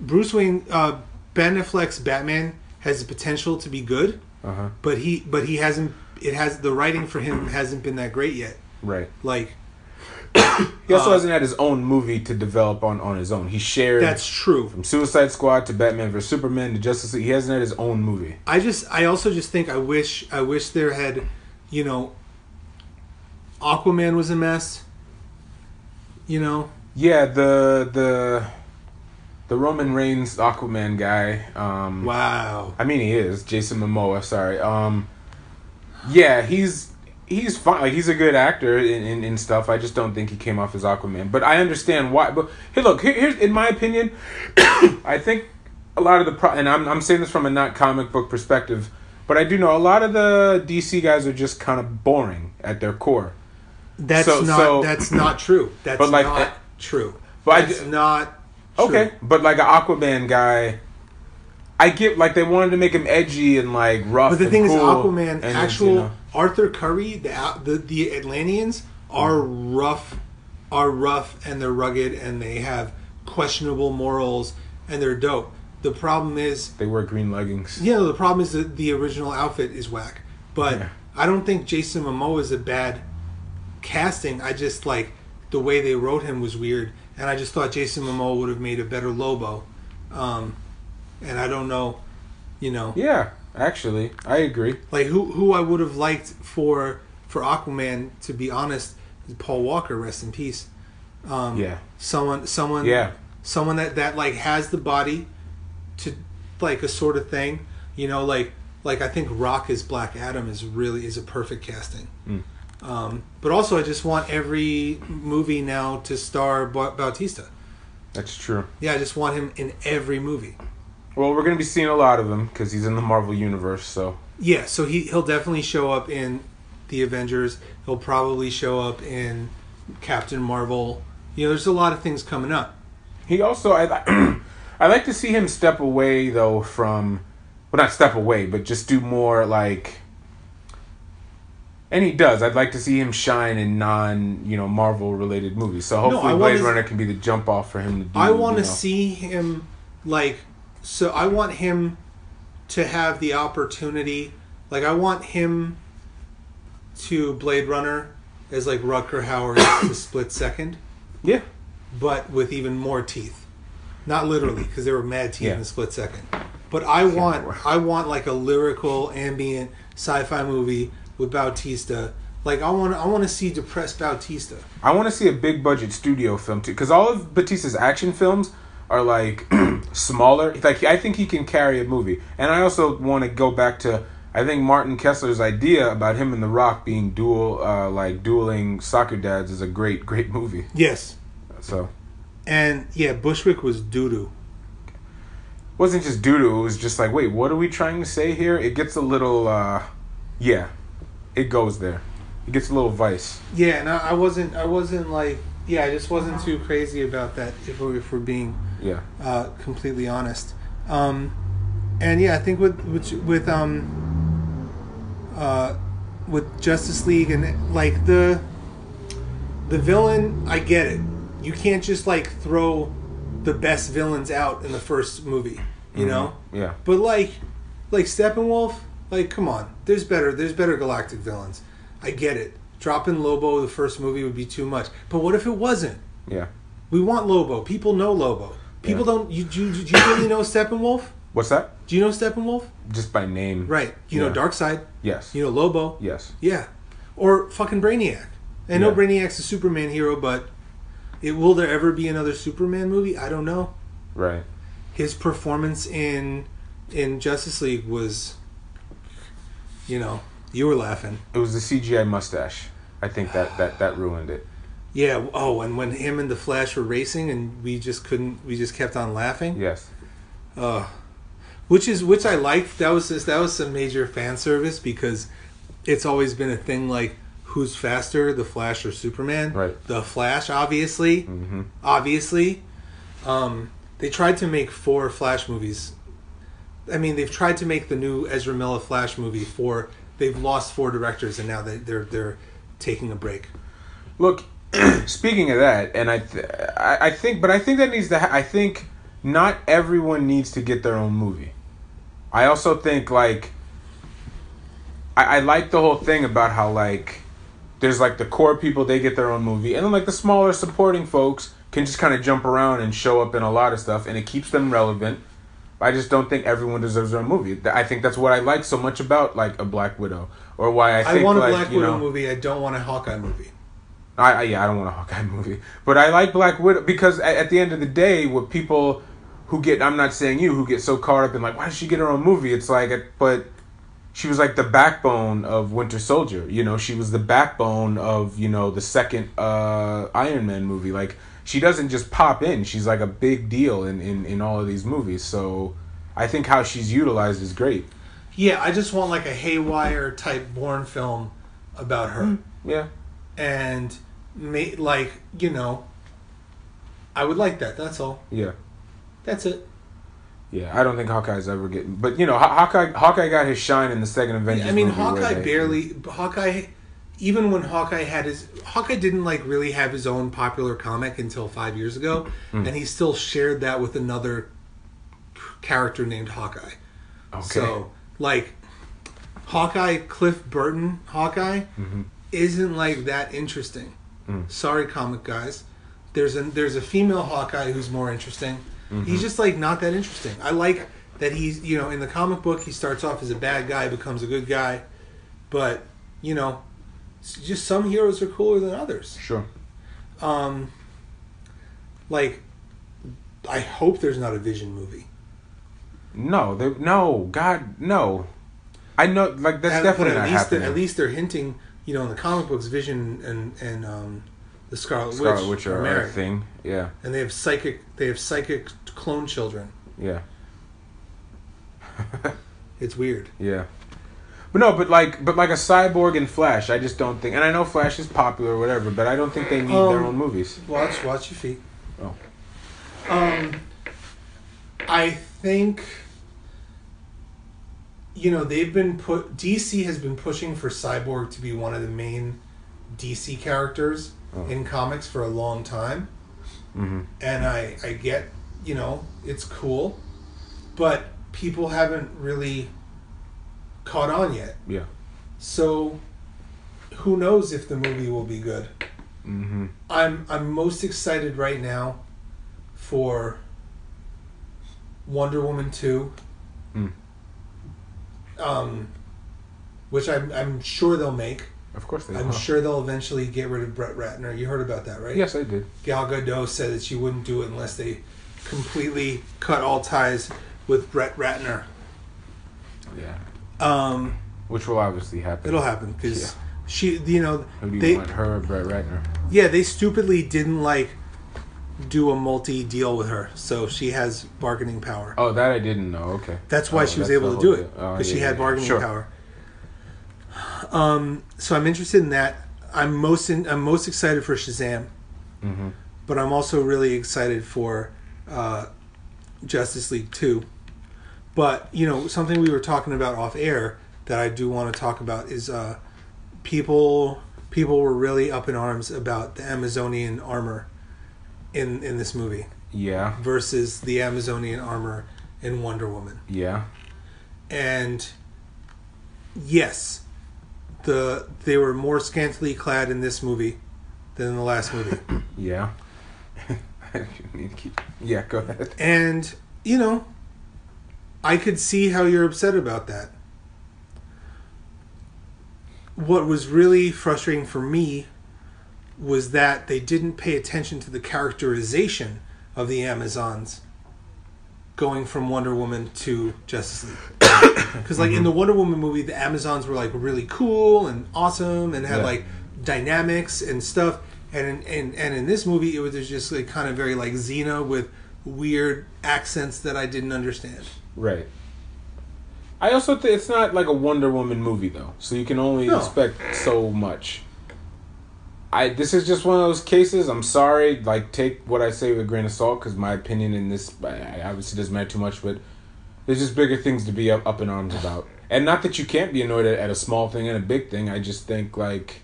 Speaker 1: Bruce Wayne, uh, Ben Affleck's Batman has the potential to be good.
Speaker 2: Uh huh.
Speaker 1: but he but he hasn't it has the writing for him hasn't been that great yet
Speaker 2: Right.
Speaker 1: like
Speaker 2: He also
Speaker 1: Uh,
Speaker 2: hasn't had his own movie to develop on on his own. He shared
Speaker 1: that's true
Speaker 2: from Suicide Squad to Batman vs Superman to Justice League. He hasn't had his own movie.
Speaker 1: i just i also just think i wish i wish there had you know aquaman was a mess you know
Speaker 2: Yeah, the the the Roman Reigns Aquaman guy. Um,
Speaker 1: Wow.
Speaker 2: I mean, he is Jason Momoa. Sorry. Um, yeah, he's he's fine. Like he's a good actor in, in, in stuff. I just don't think he came off as Aquaman. But I understand why. But hey, look, here, here's in my opinion, I think a lot of the pro, and I'm I'm saying this from a not comic book perspective, but I do know a lot of the DC guys are just kind of boring at their core.
Speaker 1: That's
Speaker 2: So-
Speaker 1: not
Speaker 2: so-
Speaker 1: that's not true. That's
Speaker 2: But, like,
Speaker 1: not
Speaker 2: uh,
Speaker 1: true.
Speaker 2: but I
Speaker 1: that's
Speaker 2: d-
Speaker 1: not true.
Speaker 2: Okay, but like an Aquaman guy. I get like they wanted to make him edgy and like rough.
Speaker 1: But the
Speaker 2: and
Speaker 1: thing is,
Speaker 2: cool,
Speaker 1: Aquaman,
Speaker 2: and, you
Speaker 1: actual
Speaker 2: know.
Speaker 1: Arthur Curry, the, Al- the the Atlanteans are
Speaker 2: Mm.
Speaker 1: rough, are rough, and they're rugged, and they have questionable morals, and they're dope. The problem is,
Speaker 2: they wear green leggings.
Speaker 1: you know, the problem is that the original outfit is whack. But
Speaker 2: Yeah.
Speaker 1: I don't think Jason Momoa is a bad casting. I just like the way they wrote him was weird, and I just thought Jason Momoa would have made a better Lobo. Um, and I don't know, you know.
Speaker 2: Yeah, actually, I agree.
Speaker 1: like who who I would have liked for for Aquaman to be honest is Paul Walker rest in peace um
Speaker 2: Yeah.
Speaker 1: someone someone
Speaker 2: Yeah.
Speaker 1: someone that that like has the body to like a sort of thing you know like like I think Rock is Black Adam is really is a perfect casting um but also I just want every movie now to star ba- Bautista
Speaker 2: That's true.
Speaker 1: yeah I just want him in every movie
Speaker 2: Well, we're gonna be seeing a lot of him because he's in the Marvel universe. So
Speaker 1: Yeah, so he he'll definitely show up in the Avengers. He'll probably show up in Captain Marvel. You know, there's a lot of things coming up.
Speaker 2: he also I I like to see him step away though from, well, not step away, but just do more like. And he does. I'd like to see him shine in non you know Marvel related movies. So hopefully
Speaker 1: I wanna
Speaker 2: Blade
Speaker 1: s-
Speaker 2: Runner can be the jump off for him to do.
Speaker 1: I want to
Speaker 2: you know.
Speaker 1: see him like so I want him to have the opportunity like I want him to Blade Runner as like Rutger Hauer is the split second,
Speaker 2: Yeah.
Speaker 1: but with even more teeth. Not literally because they were mad teeth
Speaker 2: Yeah.
Speaker 1: in the split second. But I want I want like a lyrical ambient sci-fi movie with Bautista. Like I want I want to see depressed Bautista.
Speaker 2: I want to see a big budget studio film too, because all of Batista's action films are like smaller. Like I think he can carry a movie, and I also want to go back to I think Martin Kessler's idea about him and The Rock being dual, uh, like dueling soccer dads, is a great, great movie.
Speaker 1: Yes.
Speaker 2: So it
Speaker 1: And yeah, Bushwick was doo doo.
Speaker 2: wasn't just doo doo. It was just like, wait, what are we trying to say here? It gets a little, uh, yeah, it goes there. It gets a little vice.
Speaker 1: Yeah, and I, I wasn't I wasn't like yeah I just wasn't too crazy about that if we're, if we're being
Speaker 2: Yeah,
Speaker 1: uh, completely honest. Um, and yeah, I think with with, with um uh, with Justice League and like the the villain, I get it. You can't just like throw the best villains out in the first movie, you know.
Speaker 2: yeah.
Speaker 1: But like, like Steppenwolf, like come on, there's better, there's better galactic villains. I get it. Dropping Lobo the first movie would be too much. But what if it wasn't?
Speaker 2: Yeah.
Speaker 1: We want Lobo. People know Lobo. People
Speaker 2: Yeah.
Speaker 1: don't. You do, do you really know Steppenwolf?
Speaker 2: What's that?
Speaker 1: Do you know Steppenwolf?
Speaker 2: Just by name.
Speaker 1: Right. You
Speaker 2: Yeah.
Speaker 1: know Darkseid.
Speaker 2: Yes.
Speaker 1: You know Lobo.
Speaker 2: Yes.
Speaker 1: Yeah. Or fucking Brainiac. I know
Speaker 2: Yeah.
Speaker 1: Brainiac's a Superman hero, but it will there ever be another Superman movie? I don't know.
Speaker 2: Right.
Speaker 1: His performance in in Justice League was, you know, you were laughing.
Speaker 2: It was the CGI mustache. I think that that that ruined it.
Speaker 1: Yeah. Oh, and when him and the Flash were racing, and we just couldn't, we just kept on laughing.
Speaker 2: Yes.
Speaker 1: which is which I liked. That was just, that was some major fan service because it's always been a thing like who's faster, the Flash or Superman?
Speaker 2: Right.
Speaker 1: The Flash, obviously, mm-hmm. obviously. Um, they tried to make four Flash movies. I mean, they've tried to make the new Ezra Miller Flash movie four. They've lost four directors, and now they, they're they're taking a break.
Speaker 2: Look, speaking of that, and I, th- I I think, but I think that needs to. Ha- I think not everyone needs to get their own movie. I also think like I, I like the whole thing about how like there's like the core people they get their own movie, and then like the smaller supporting folks can just kind of jump around and show up in a lot of stuff, and it keeps them relevant. I just don't think everyone deserves their own movie. Th- I think that's what I like so much about like a Black Widow, or why I
Speaker 1: I
Speaker 2: think
Speaker 1: want a
Speaker 2: like,
Speaker 1: Black
Speaker 2: you
Speaker 1: Widow
Speaker 2: know,
Speaker 1: movie. I don't want a Hawkeye movie.
Speaker 2: I, I yeah, I don't want a Hawkeye movie, but I like Black Widow because at, at the end of the day, what people who get I'm not saying you who get so caught up in like why did she get her own movie? It's like but she was like the backbone of Winter Soldier. You know, she was the backbone of you know the second uh, Iron Man movie. Like she doesn't just pop in; she's like a big deal in in in all of these movies. So I think how she's utilized is great.
Speaker 1: Yeah, I just want like a haywire type Bourne film about
Speaker 2: Hmm.
Speaker 1: her,
Speaker 2: Yeah,
Speaker 1: and ma- like you know, I would like that. That's all.
Speaker 2: yeah.
Speaker 1: That's it.
Speaker 2: Yeah, I don't think Hawkeye's ever getting, but you know, Haw- Hawkeye Hawkeye got his shine in the second Avengers.
Speaker 1: I mean,
Speaker 2: movie where
Speaker 1: Hawkeye
Speaker 2: they-
Speaker 1: barely. Hawkeye, even when Hawkeye had his, Hawkeye didn't like really have his own popular comic until five years ago, and he still shared that with another character named Hawkeye.
Speaker 2: Okay.
Speaker 1: So, like, Hawkeye, Cliff Burton, Hawkeye, isn't like that interesting. Sorry, comic guys. There's a there's a female Hawkeye who's more interesting. He's just like not that interesting. I like that he's you know in the comic book he starts off as a bad guy becomes a good guy, but you know, s- just some heroes are cooler than others
Speaker 2: sure.
Speaker 1: um like i hope there's not a vision movie
Speaker 2: No, they, no, God, no. I know, like that's
Speaker 1: At- but
Speaker 2: definitely
Speaker 1: at
Speaker 2: not
Speaker 1: least
Speaker 2: happening.
Speaker 1: at least they're hinting you know in the comic books vision and and um the scarlet,
Speaker 2: Scarlet
Speaker 1: witch,
Speaker 2: Witch
Speaker 1: are
Speaker 2: or
Speaker 1: married.
Speaker 2: thing. Yeah,
Speaker 1: and they have psychic they have psychic clone children
Speaker 2: yeah,
Speaker 1: it's weird
Speaker 2: yeah. But no, but like, but like a cyborg and Flash, I just don't think. And I know Flash is popular or whatever, but I don't think they need their
Speaker 1: Um,
Speaker 2: own movies.
Speaker 1: watch watch your feet
Speaker 2: Oh,
Speaker 1: um i think you know they've been put dc has been pushing for cyborg to be one of the main dc characters in comics for a long time
Speaker 2: hmm
Speaker 1: and I, I get you know it's cool but people haven't really caught on yet
Speaker 2: yeah,
Speaker 1: so who knows if the movie will be good
Speaker 2: mm-hmm.
Speaker 1: i'm i'm most excited right now for wonder woman 2
Speaker 2: Mm.
Speaker 1: um which I'm, I'm sure they'll make.
Speaker 2: Of course they.
Speaker 1: I'm
Speaker 2: will.
Speaker 1: sure they'll eventually get rid of Brett Ratner. You heard about that, right?
Speaker 2: Uh-huh. Yes, I did.
Speaker 1: Gal Gadot said that she wouldn't do it unless they completely cut all ties with Brett Ratner.
Speaker 2: Yeah,
Speaker 1: Um,
Speaker 2: which will obviously happen.
Speaker 1: it'll happen because she, you know,
Speaker 2: Who do you
Speaker 1: they,
Speaker 2: want, her or Brett Ratner?
Speaker 1: yeah, they stupidly didn't like do a multi deal with her, so she has bargaining power.
Speaker 2: Oh, that I didn't know. Okay.
Speaker 1: That's why
Speaker 2: Oh,
Speaker 1: she was
Speaker 2: that's
Speaker 1: able
Speaker 2: the
Speaker 1: to do
Speaker 2: whole
Speaker 1: it
Speaker 2: deal. Oh,
Speaker 1: because she
Speaker 2: yeah,
Speaker 1: had
Speaker 2: yeah,
Speaker 1: bargaining
Speaker 2: sure.
Speaker 1: power. Um, so I'm interested in that. I'm most in, I'm most excited for Shazam,
Speaker 2: Mhm.
Speaker 1: but I'm also really excited for uh, Justice League Two. But you know something we were talking about off air that I do want to talk about is uh, people people were really up in arms about the Amazonian armor in in this movie
Speaker 2: Yeah,
Speaker 1: versus the Amazonian armor in Wonder Woman
Speaker 2: yeah,
Speaker 1: and yes, the they were more scantily clad in this movie than in the last movie.
Speaker 2: yeah. I need to keep. Yeah, go ahead.
Speaker 1: And you know, I could see how you're upset about that. What was really frustrating for me was that they didn't pay attention to the characterization of the Amazons going from Wonder Woman to Justice League. Because, like, in the Wonder Woman movie, the Amazons were, like, really cool and awesome and had,
Speaker 2: Yeah.
Speaker 1: like, dynamics and stuff. And in, and, and in this movie, it was just, like, kind of very, like, Xena with weird accents that I didn't understand.
Speaker 2: Right. I also think it's not like a Wonder Woman movie though, so you can only
Speaker 1: No.
Speaker 2: expect so much. I this is just one of those cases. I'm sorry, like take what I say with a grain of salt because my opinion in this I, I obviously doesn't matter too much, but there's just bigger things to be up, up in arms about. And not that you can't be annoyed at, at a small thing and a big thing. I just think like,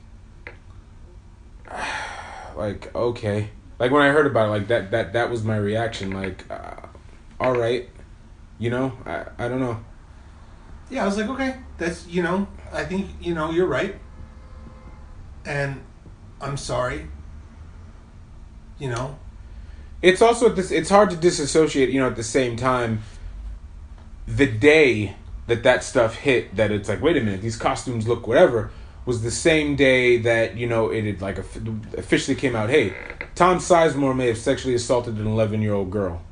Speaker 2: like okay, like when I heard about it, like that that that was my reaction. Like, uh, all right, you know, I I don't know.
Speaker 1: Yeah, I was like, okay, that's, you know, I think, you know, you're right. And I'm sorry. You know,
Speaker 2: it's also this it's hard to disassociate you know at the same time the day that that stuff hit that it's like wait a minute these costumes look whatever was the same day that you know it had like off- officially came out hey tom sizemore may have sexually assaulted an 11 year old girl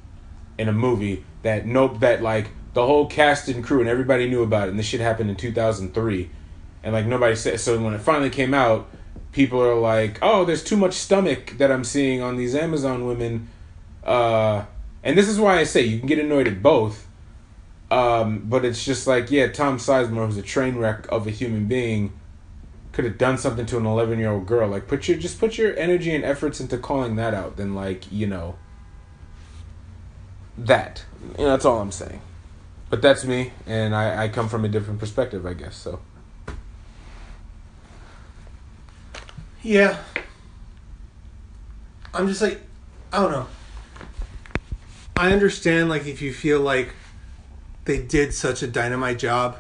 Speaker 2: in a movie that nope that like the whole cast and crew and everybody knew about it and this shit happened in 2003 and like nobody said so when it finally came out people are like oh there's too much stomach that i'm seeing on these amazon women uh and this is why i say you can get annoyed at both um but it's just like yeah tom sizemore who's a train wreck of a human being could have done something to an 11 year old girl like put your just put your energy and efforts into calling that out than like you know that you know, that's all i'm saying but that's me and I, I come from a different perspective i guess so
Speaker 1: Yeah. I'm just like, I don't know. I understand, like, if you feel like they did such a dynamite job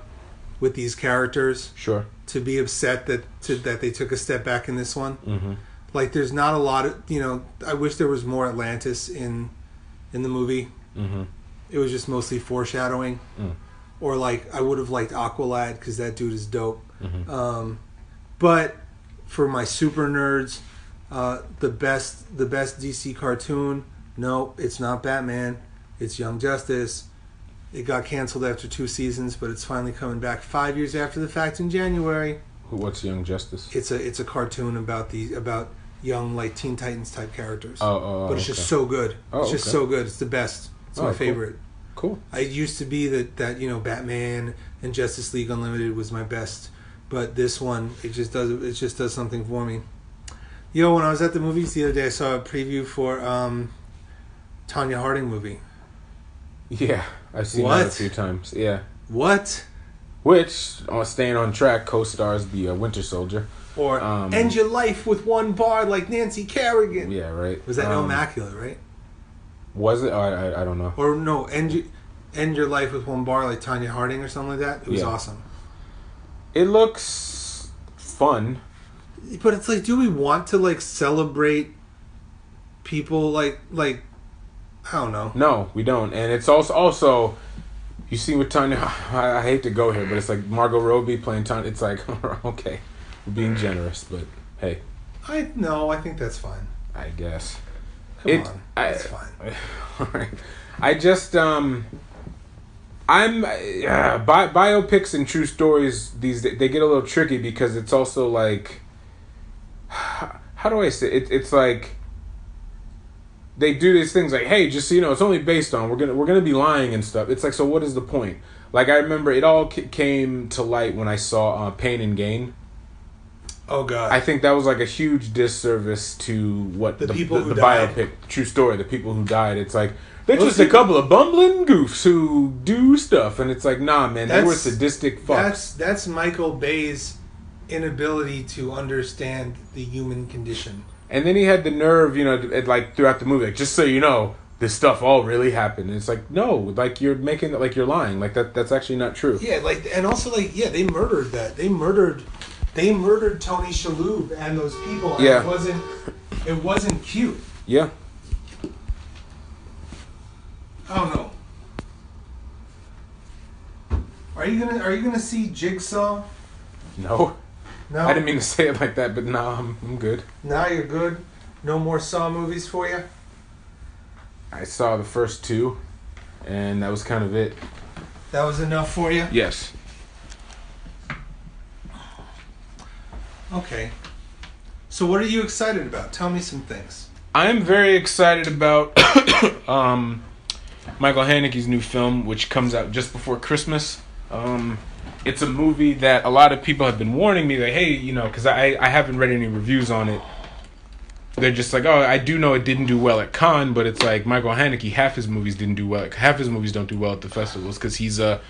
Speaker 1: with these characters,
Speaker 2: sure
Speaker 1: to be upset that to, that they took a step back in this one.
Speaker 2: mm-hmm.
Speaker 1: Like, there's not a lot of, you know, I wish there was more Atlantis in in the movie.
Speaker 2: Mm-hmm.
Speaker 1: It was just mostly foreshadowing,
Speaker 2: Mm.
Speaker 1: or like I would have liked Aqualad because that dude is dope.
Speaker 2: Mhm.
Speaker 1: Um, but for my super nerds, uh, the best the best DC cartoon. No, it's not Batman. It's Young Justice. It got canceled after two seasons, but it's finally coming back five years after the fact in January.
Speaker 2: Who- what's young justice
Speaker 1: It's a it's a cartoon about the about young like Teen Titans type characters.
Speaker 2: oh oh, oh,
Speaker 1: but it's
Speaker 2: okay.
Speaker 1: just so good.
Speaker 2: Oh,
Speaker 1: it's just
Speaker 2: okay.
Speaker 1: so good. It's the best. It's
Speaker 2: Oh,
Speaker 1: my
Speaker 2: cool.
Speaker 1: favorite.
Speaker 2: cool
Speaker 1: I used to be that that you know Batman and Justice League Unlimited was my best, but this one it just does it just does something for me. Yo, when I was at the movies the other day, I saw a preview for um, Tanya Harding movie.
Speaker 2: yeah i've seen that a
Speaker 1: What?
Speaker 2: few times yeah
Speaker 1: What?
Speaker 2: which on staying on track co-stars the uh, winter soldier
Speaker 1: Or
Speaker 2: Um,
Speaker 1: end your life with one bar like Nancy Kerrigan.
Speaker 2: yeah right
Speaker 1: Was that no
Speaker 2: Um,
Speaker 1: immaculate, right?
Speaker 2: was it Oh, I, I, I don't know
Speaker 1: Or no, end your, end your life with one bar like Tanya Harding or something like that. It was
Speaker 2: Yeah.
Speaker 1: awesome.
Speaker 2: it looks fun
Speaker 1: But it's like, do we want to like celebrate people like like I don't know.
Speaker 2: No, we don't. And it's also also you see with Tanya. I, I hate to go here, but it's like Margot Robbie playing Tanya. It's like okay, we're being generous, but hey,
Speaker 1: I no, I think that's fine.
Speaker 2: I guess.
Speaker 1: Come
Speaker 2: It-
Speaker 1: on,
Speaker 2: I-
Speaker 1: that's fine.
Speaker 2: All right. I just um. I'm uh, bi- biopics and true stories. These they get a little tricky because it's also like, how do I say it? It's like they do these things like, hey, just so you know, it's only based on we're gonna we're gonna be lying and stuff. It's like, so what is the point? Like I remember it all ca- came to light when I saw uh, Pain and Gain.
Speaker 1: Oh god,
Speaker 2: I think that was like a huge disservice to what
Speaker 1: The
Speaker 2: the,
Speaker 1: people
Speaker 2: the,
Speaker 1: who
Speaker 2: the
Speaker 1: died.
Speaker 2: biopic true story, the people who died. It's like they're
Speaker 1: Those
Speaker 2: just a couple of bumbling goofs who do stuff, and it's like nah, man, they were
Speaker 1: That's-
Speaker 2: sadistic fucks.
Speaker 1: that's that's Michael Bay's inability to understand the human condition.
Speaker 2: And then he had the nerve, you know, to- it, like throughout the movie, like just so you know, this stuff all really happened. And it's like no, like you're making it like you're lying, like that that's actually not true.
Speaker 1: Yeah, like and also like yeah, they murdered that. They murdered, they murdered Tony Shalhoub and those people. And
Speaker 2: Yeah.
Speaker 1: it wasn't it wasn't cute.
Speaker 2: yeah.
Speaker 1: I don't know. Are you gonna Are you gonna see Jigsaw?
Speaker 2: no,
Speaker 1: No.
Speaker 2: I didn't mean to say it like that, but nah, I'm, I'm good.
Speaker 1: now you're good. No more Saw movies for you.
Speaker 2: I saw the first two, and that was kind of it.
Speaker 1: That was enough for you.
Speaker 2: Yes.
Speaker 1: Okay. So what are you excited about? Tell me some things.
Speaker 2: I'm very excited about um, Michael Haneke's new film, which comes out just before Christmas. Um, it's a movie that a lot of people have been warning me, like, hey, you know, because I, I haven't read any reviews on it. They're just like, oh, I do know it didn't do well at Cannes, but it's like Michael Haneke, half his movies didn't do well. Half his movies don't do well at the festivals because he's a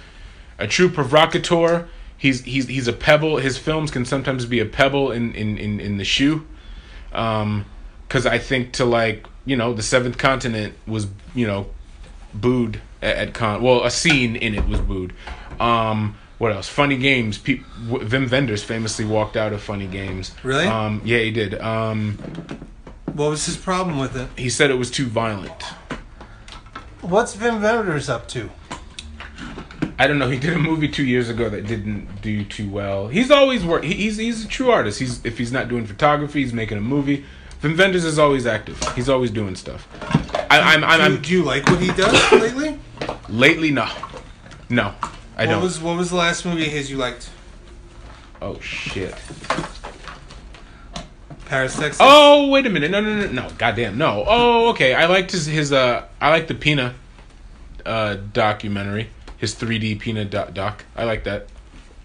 Speaker 2: a true provocateur. He's he's he's a pebble. His films can sometimes be a pebble in in in, in the shoe um because i think to like you know the seventh continent was you know booed at, at con well a scene in it was booed um what else funny games pe- w- vim vendors famously walked out of funny games
Speaker 1: Really?
Speaker 2: um yeah he did um
Speaker 1: What was his problem with it?
Speaker 2: he said it was too violent
Speaker 1: What's Vim Vendors up to?
Speaker 2: I don't know. He did a movie two years ago that didn't do too well. He's always work. he- He's he's a true artist. He's if he's not doing photography, he's making a movie. Vin Vendors is always active. He's always doing stuff. I, I'm, I'm,
Speaker 1: Do you,
Speaker 2: I'm
Speaker 1: do you like what he does lately?
Speaker 2: lately no, no,
Speaker 1: What
Speaker 2: I don't.
Speaker 1: was what was the last movie of his you liked?
Speaker 2: oh shit.
Speaker 1: Paris, Texas.
Speaker 2: Oh wait a minute. No no no no. Goddamn no. Oh okay. I liked his his uh. I like the Pina, uh, documentary. His 3D Pina doc. doc. I like that.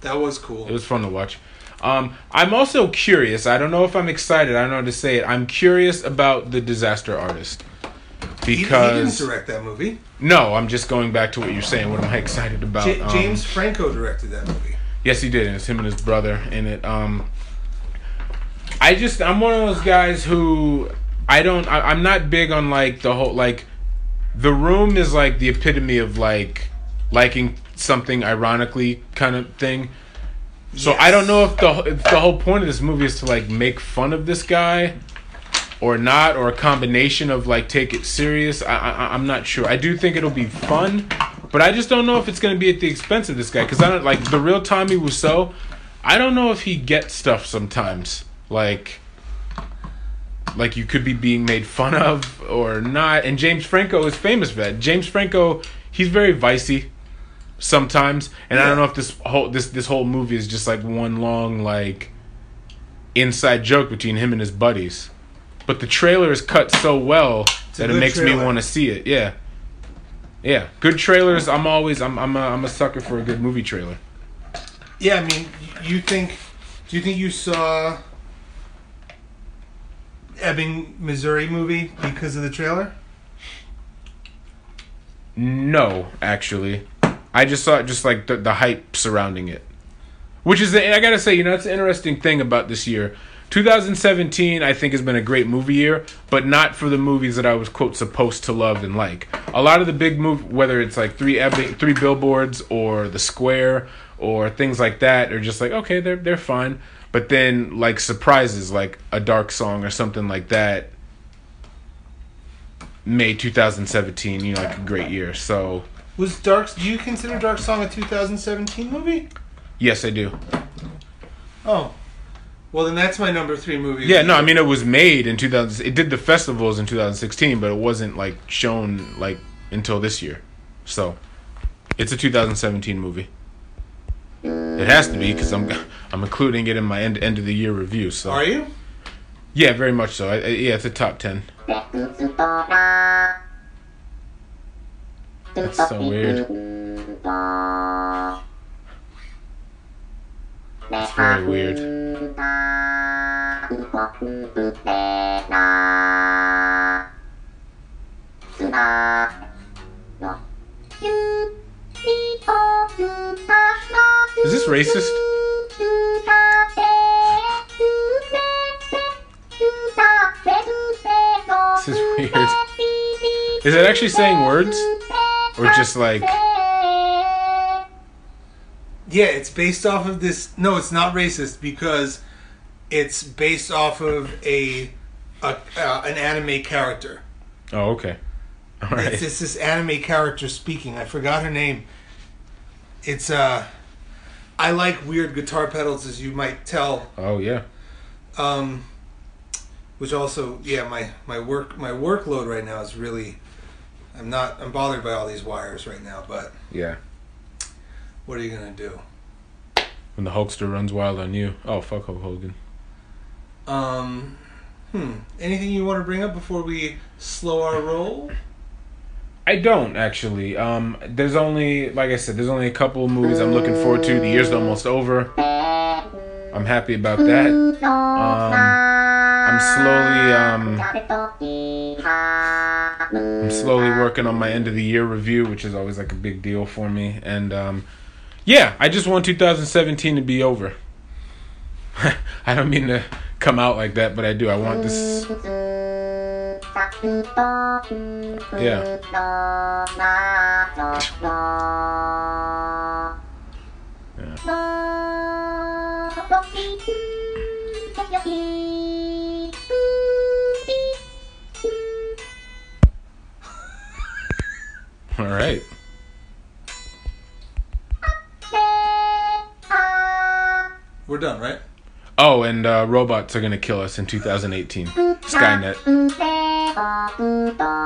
Speaker 1: that was cool.
Speaker 2: It was fun to watch. Um, I'm also curious. I don't know if I'm excited. I don't know how to say it. I'm curious about the Disaster Artist
Speaker 1: He- he,
Speaker 2: because
Speaker 1: didn't direct that movie.
Speaker 2: no, I'm just going back to what you're saying. What am I excited about?
Speaker 1: J-
Speaker 2: Um,
Speaker 1: James Franco directed that movie.
Speaker 2: Yes, he did. And it's him and his brother in it. Um, I just I'm one of those guys who I don't I, I'm not big on like the whole like the room is like the epitome of like liking something ironically kind of thing. So I don't know if the if the whole point of this movie is to like make fun of this guy or not or a combination of like take it serious. I, I I'm not sure. I do think it'll be fun, but I just don't know if it's going to be at the expense of this guy cuz I don't like the real Tommy Wiseau. I don't know if he gets stuff sometimes. Like like you could be being made fun of or not. And James Franco is famous for that. James Franco, he's very vicey sometimes, and I don't know if this whole this this whole movie is just like one long like inside joke between him and his buddies. But the trailer is cut so well that it
Speaker 1: good
Speaker 2: makes me
Speaker 1: trailer.
Speaker 2: want to see it. Yeah. Yeah, good trailers. I'm always I'm I'm a, I'm a sucker for a good movie trailer.
Speaker 1: Yeah, I mean, you think? Do you think you saw Ebbing, Missouri movie because of the trailer?
Speaker 2: No, actually, I just saw it just like the, the hype surrounding it, which is the, I gotta say, you know, it's an interesting thing about this year. 2017, I think, has been a great movie year, but not for the movies that I was quote supposed to love and like. A lot of the big move, whether it's like three Ebbing, three billboards or The Square or things like that, are just like okay, they're they're fine. But then like surprises, like a dark song or something like that, made 2017, you know, like a great year. So
Speaker 1: Was Dark? Do you consider Dark Song a 2017 movie?
Speaker 2: yes, I do.
Speaker 1: Oh, well then that's my number three movie.
Speaker 2: Yeah, no, I mean it was made in 2000. It did the festivals in 2016, but it wasn't like shown like until this year. So, it's a 2017 movie. It has to be because I'm I'm including it in my end end of the year review. So
Speaker 1: Are you?
Speaker 2: yeah, very much so. I, I- yeah, it's a top ten.
Speaker 3: That's so weird. That's very weird. Is this racist? This is weird.
Speaker 2: Is it actually saying words?
Speaker 3: Or just like.
Speaker 1: Yeah, it's based off of this. No, it's not racist because it's based off of a, a uh, an anime character.
Speaker 2: Oh, okay. All
Speaker 1: It's
Speaker 2: right.
Speaker 1: just this anime character speaking. I forgot her name. It's uh, I like weird guitar pedals, as you might tell.
Speaker 2: Oh yeah.
Speaker 1: Um, which also, yeah, my my work my workload right now is really. I'm not. I'm bothered by all these wires right now. But
Speaker 2: Yeah.
Speaker 1: what are you gonna do?
Speaker 2: When the Hulkster runs wild on you. Oh fuck Hulk Hogan.
Speaker 1: Um, hmm. Anything you want to bring up before we slow our roll?
Speaker 2: I don't actually. Um, there's only, like I said, there's only a couple of movies I'm looking forward to. The year's almost over. I'm happy about that. Um, I'm slowly, um, I'm slowly working on my end of the year review, which is always like a big deal for me. And um, yeah, I just want 2017 to be over. I don't mean to come out like that, but I do. I want this. Yeah.
Speaker 3: Yeah.
Speaker 2: All right.
Speaker 1: We're done, right?
Speaker 2: Oh, and uh, robots are gonna kill us in 2018. Skynet.
Speaker 3: Skynet.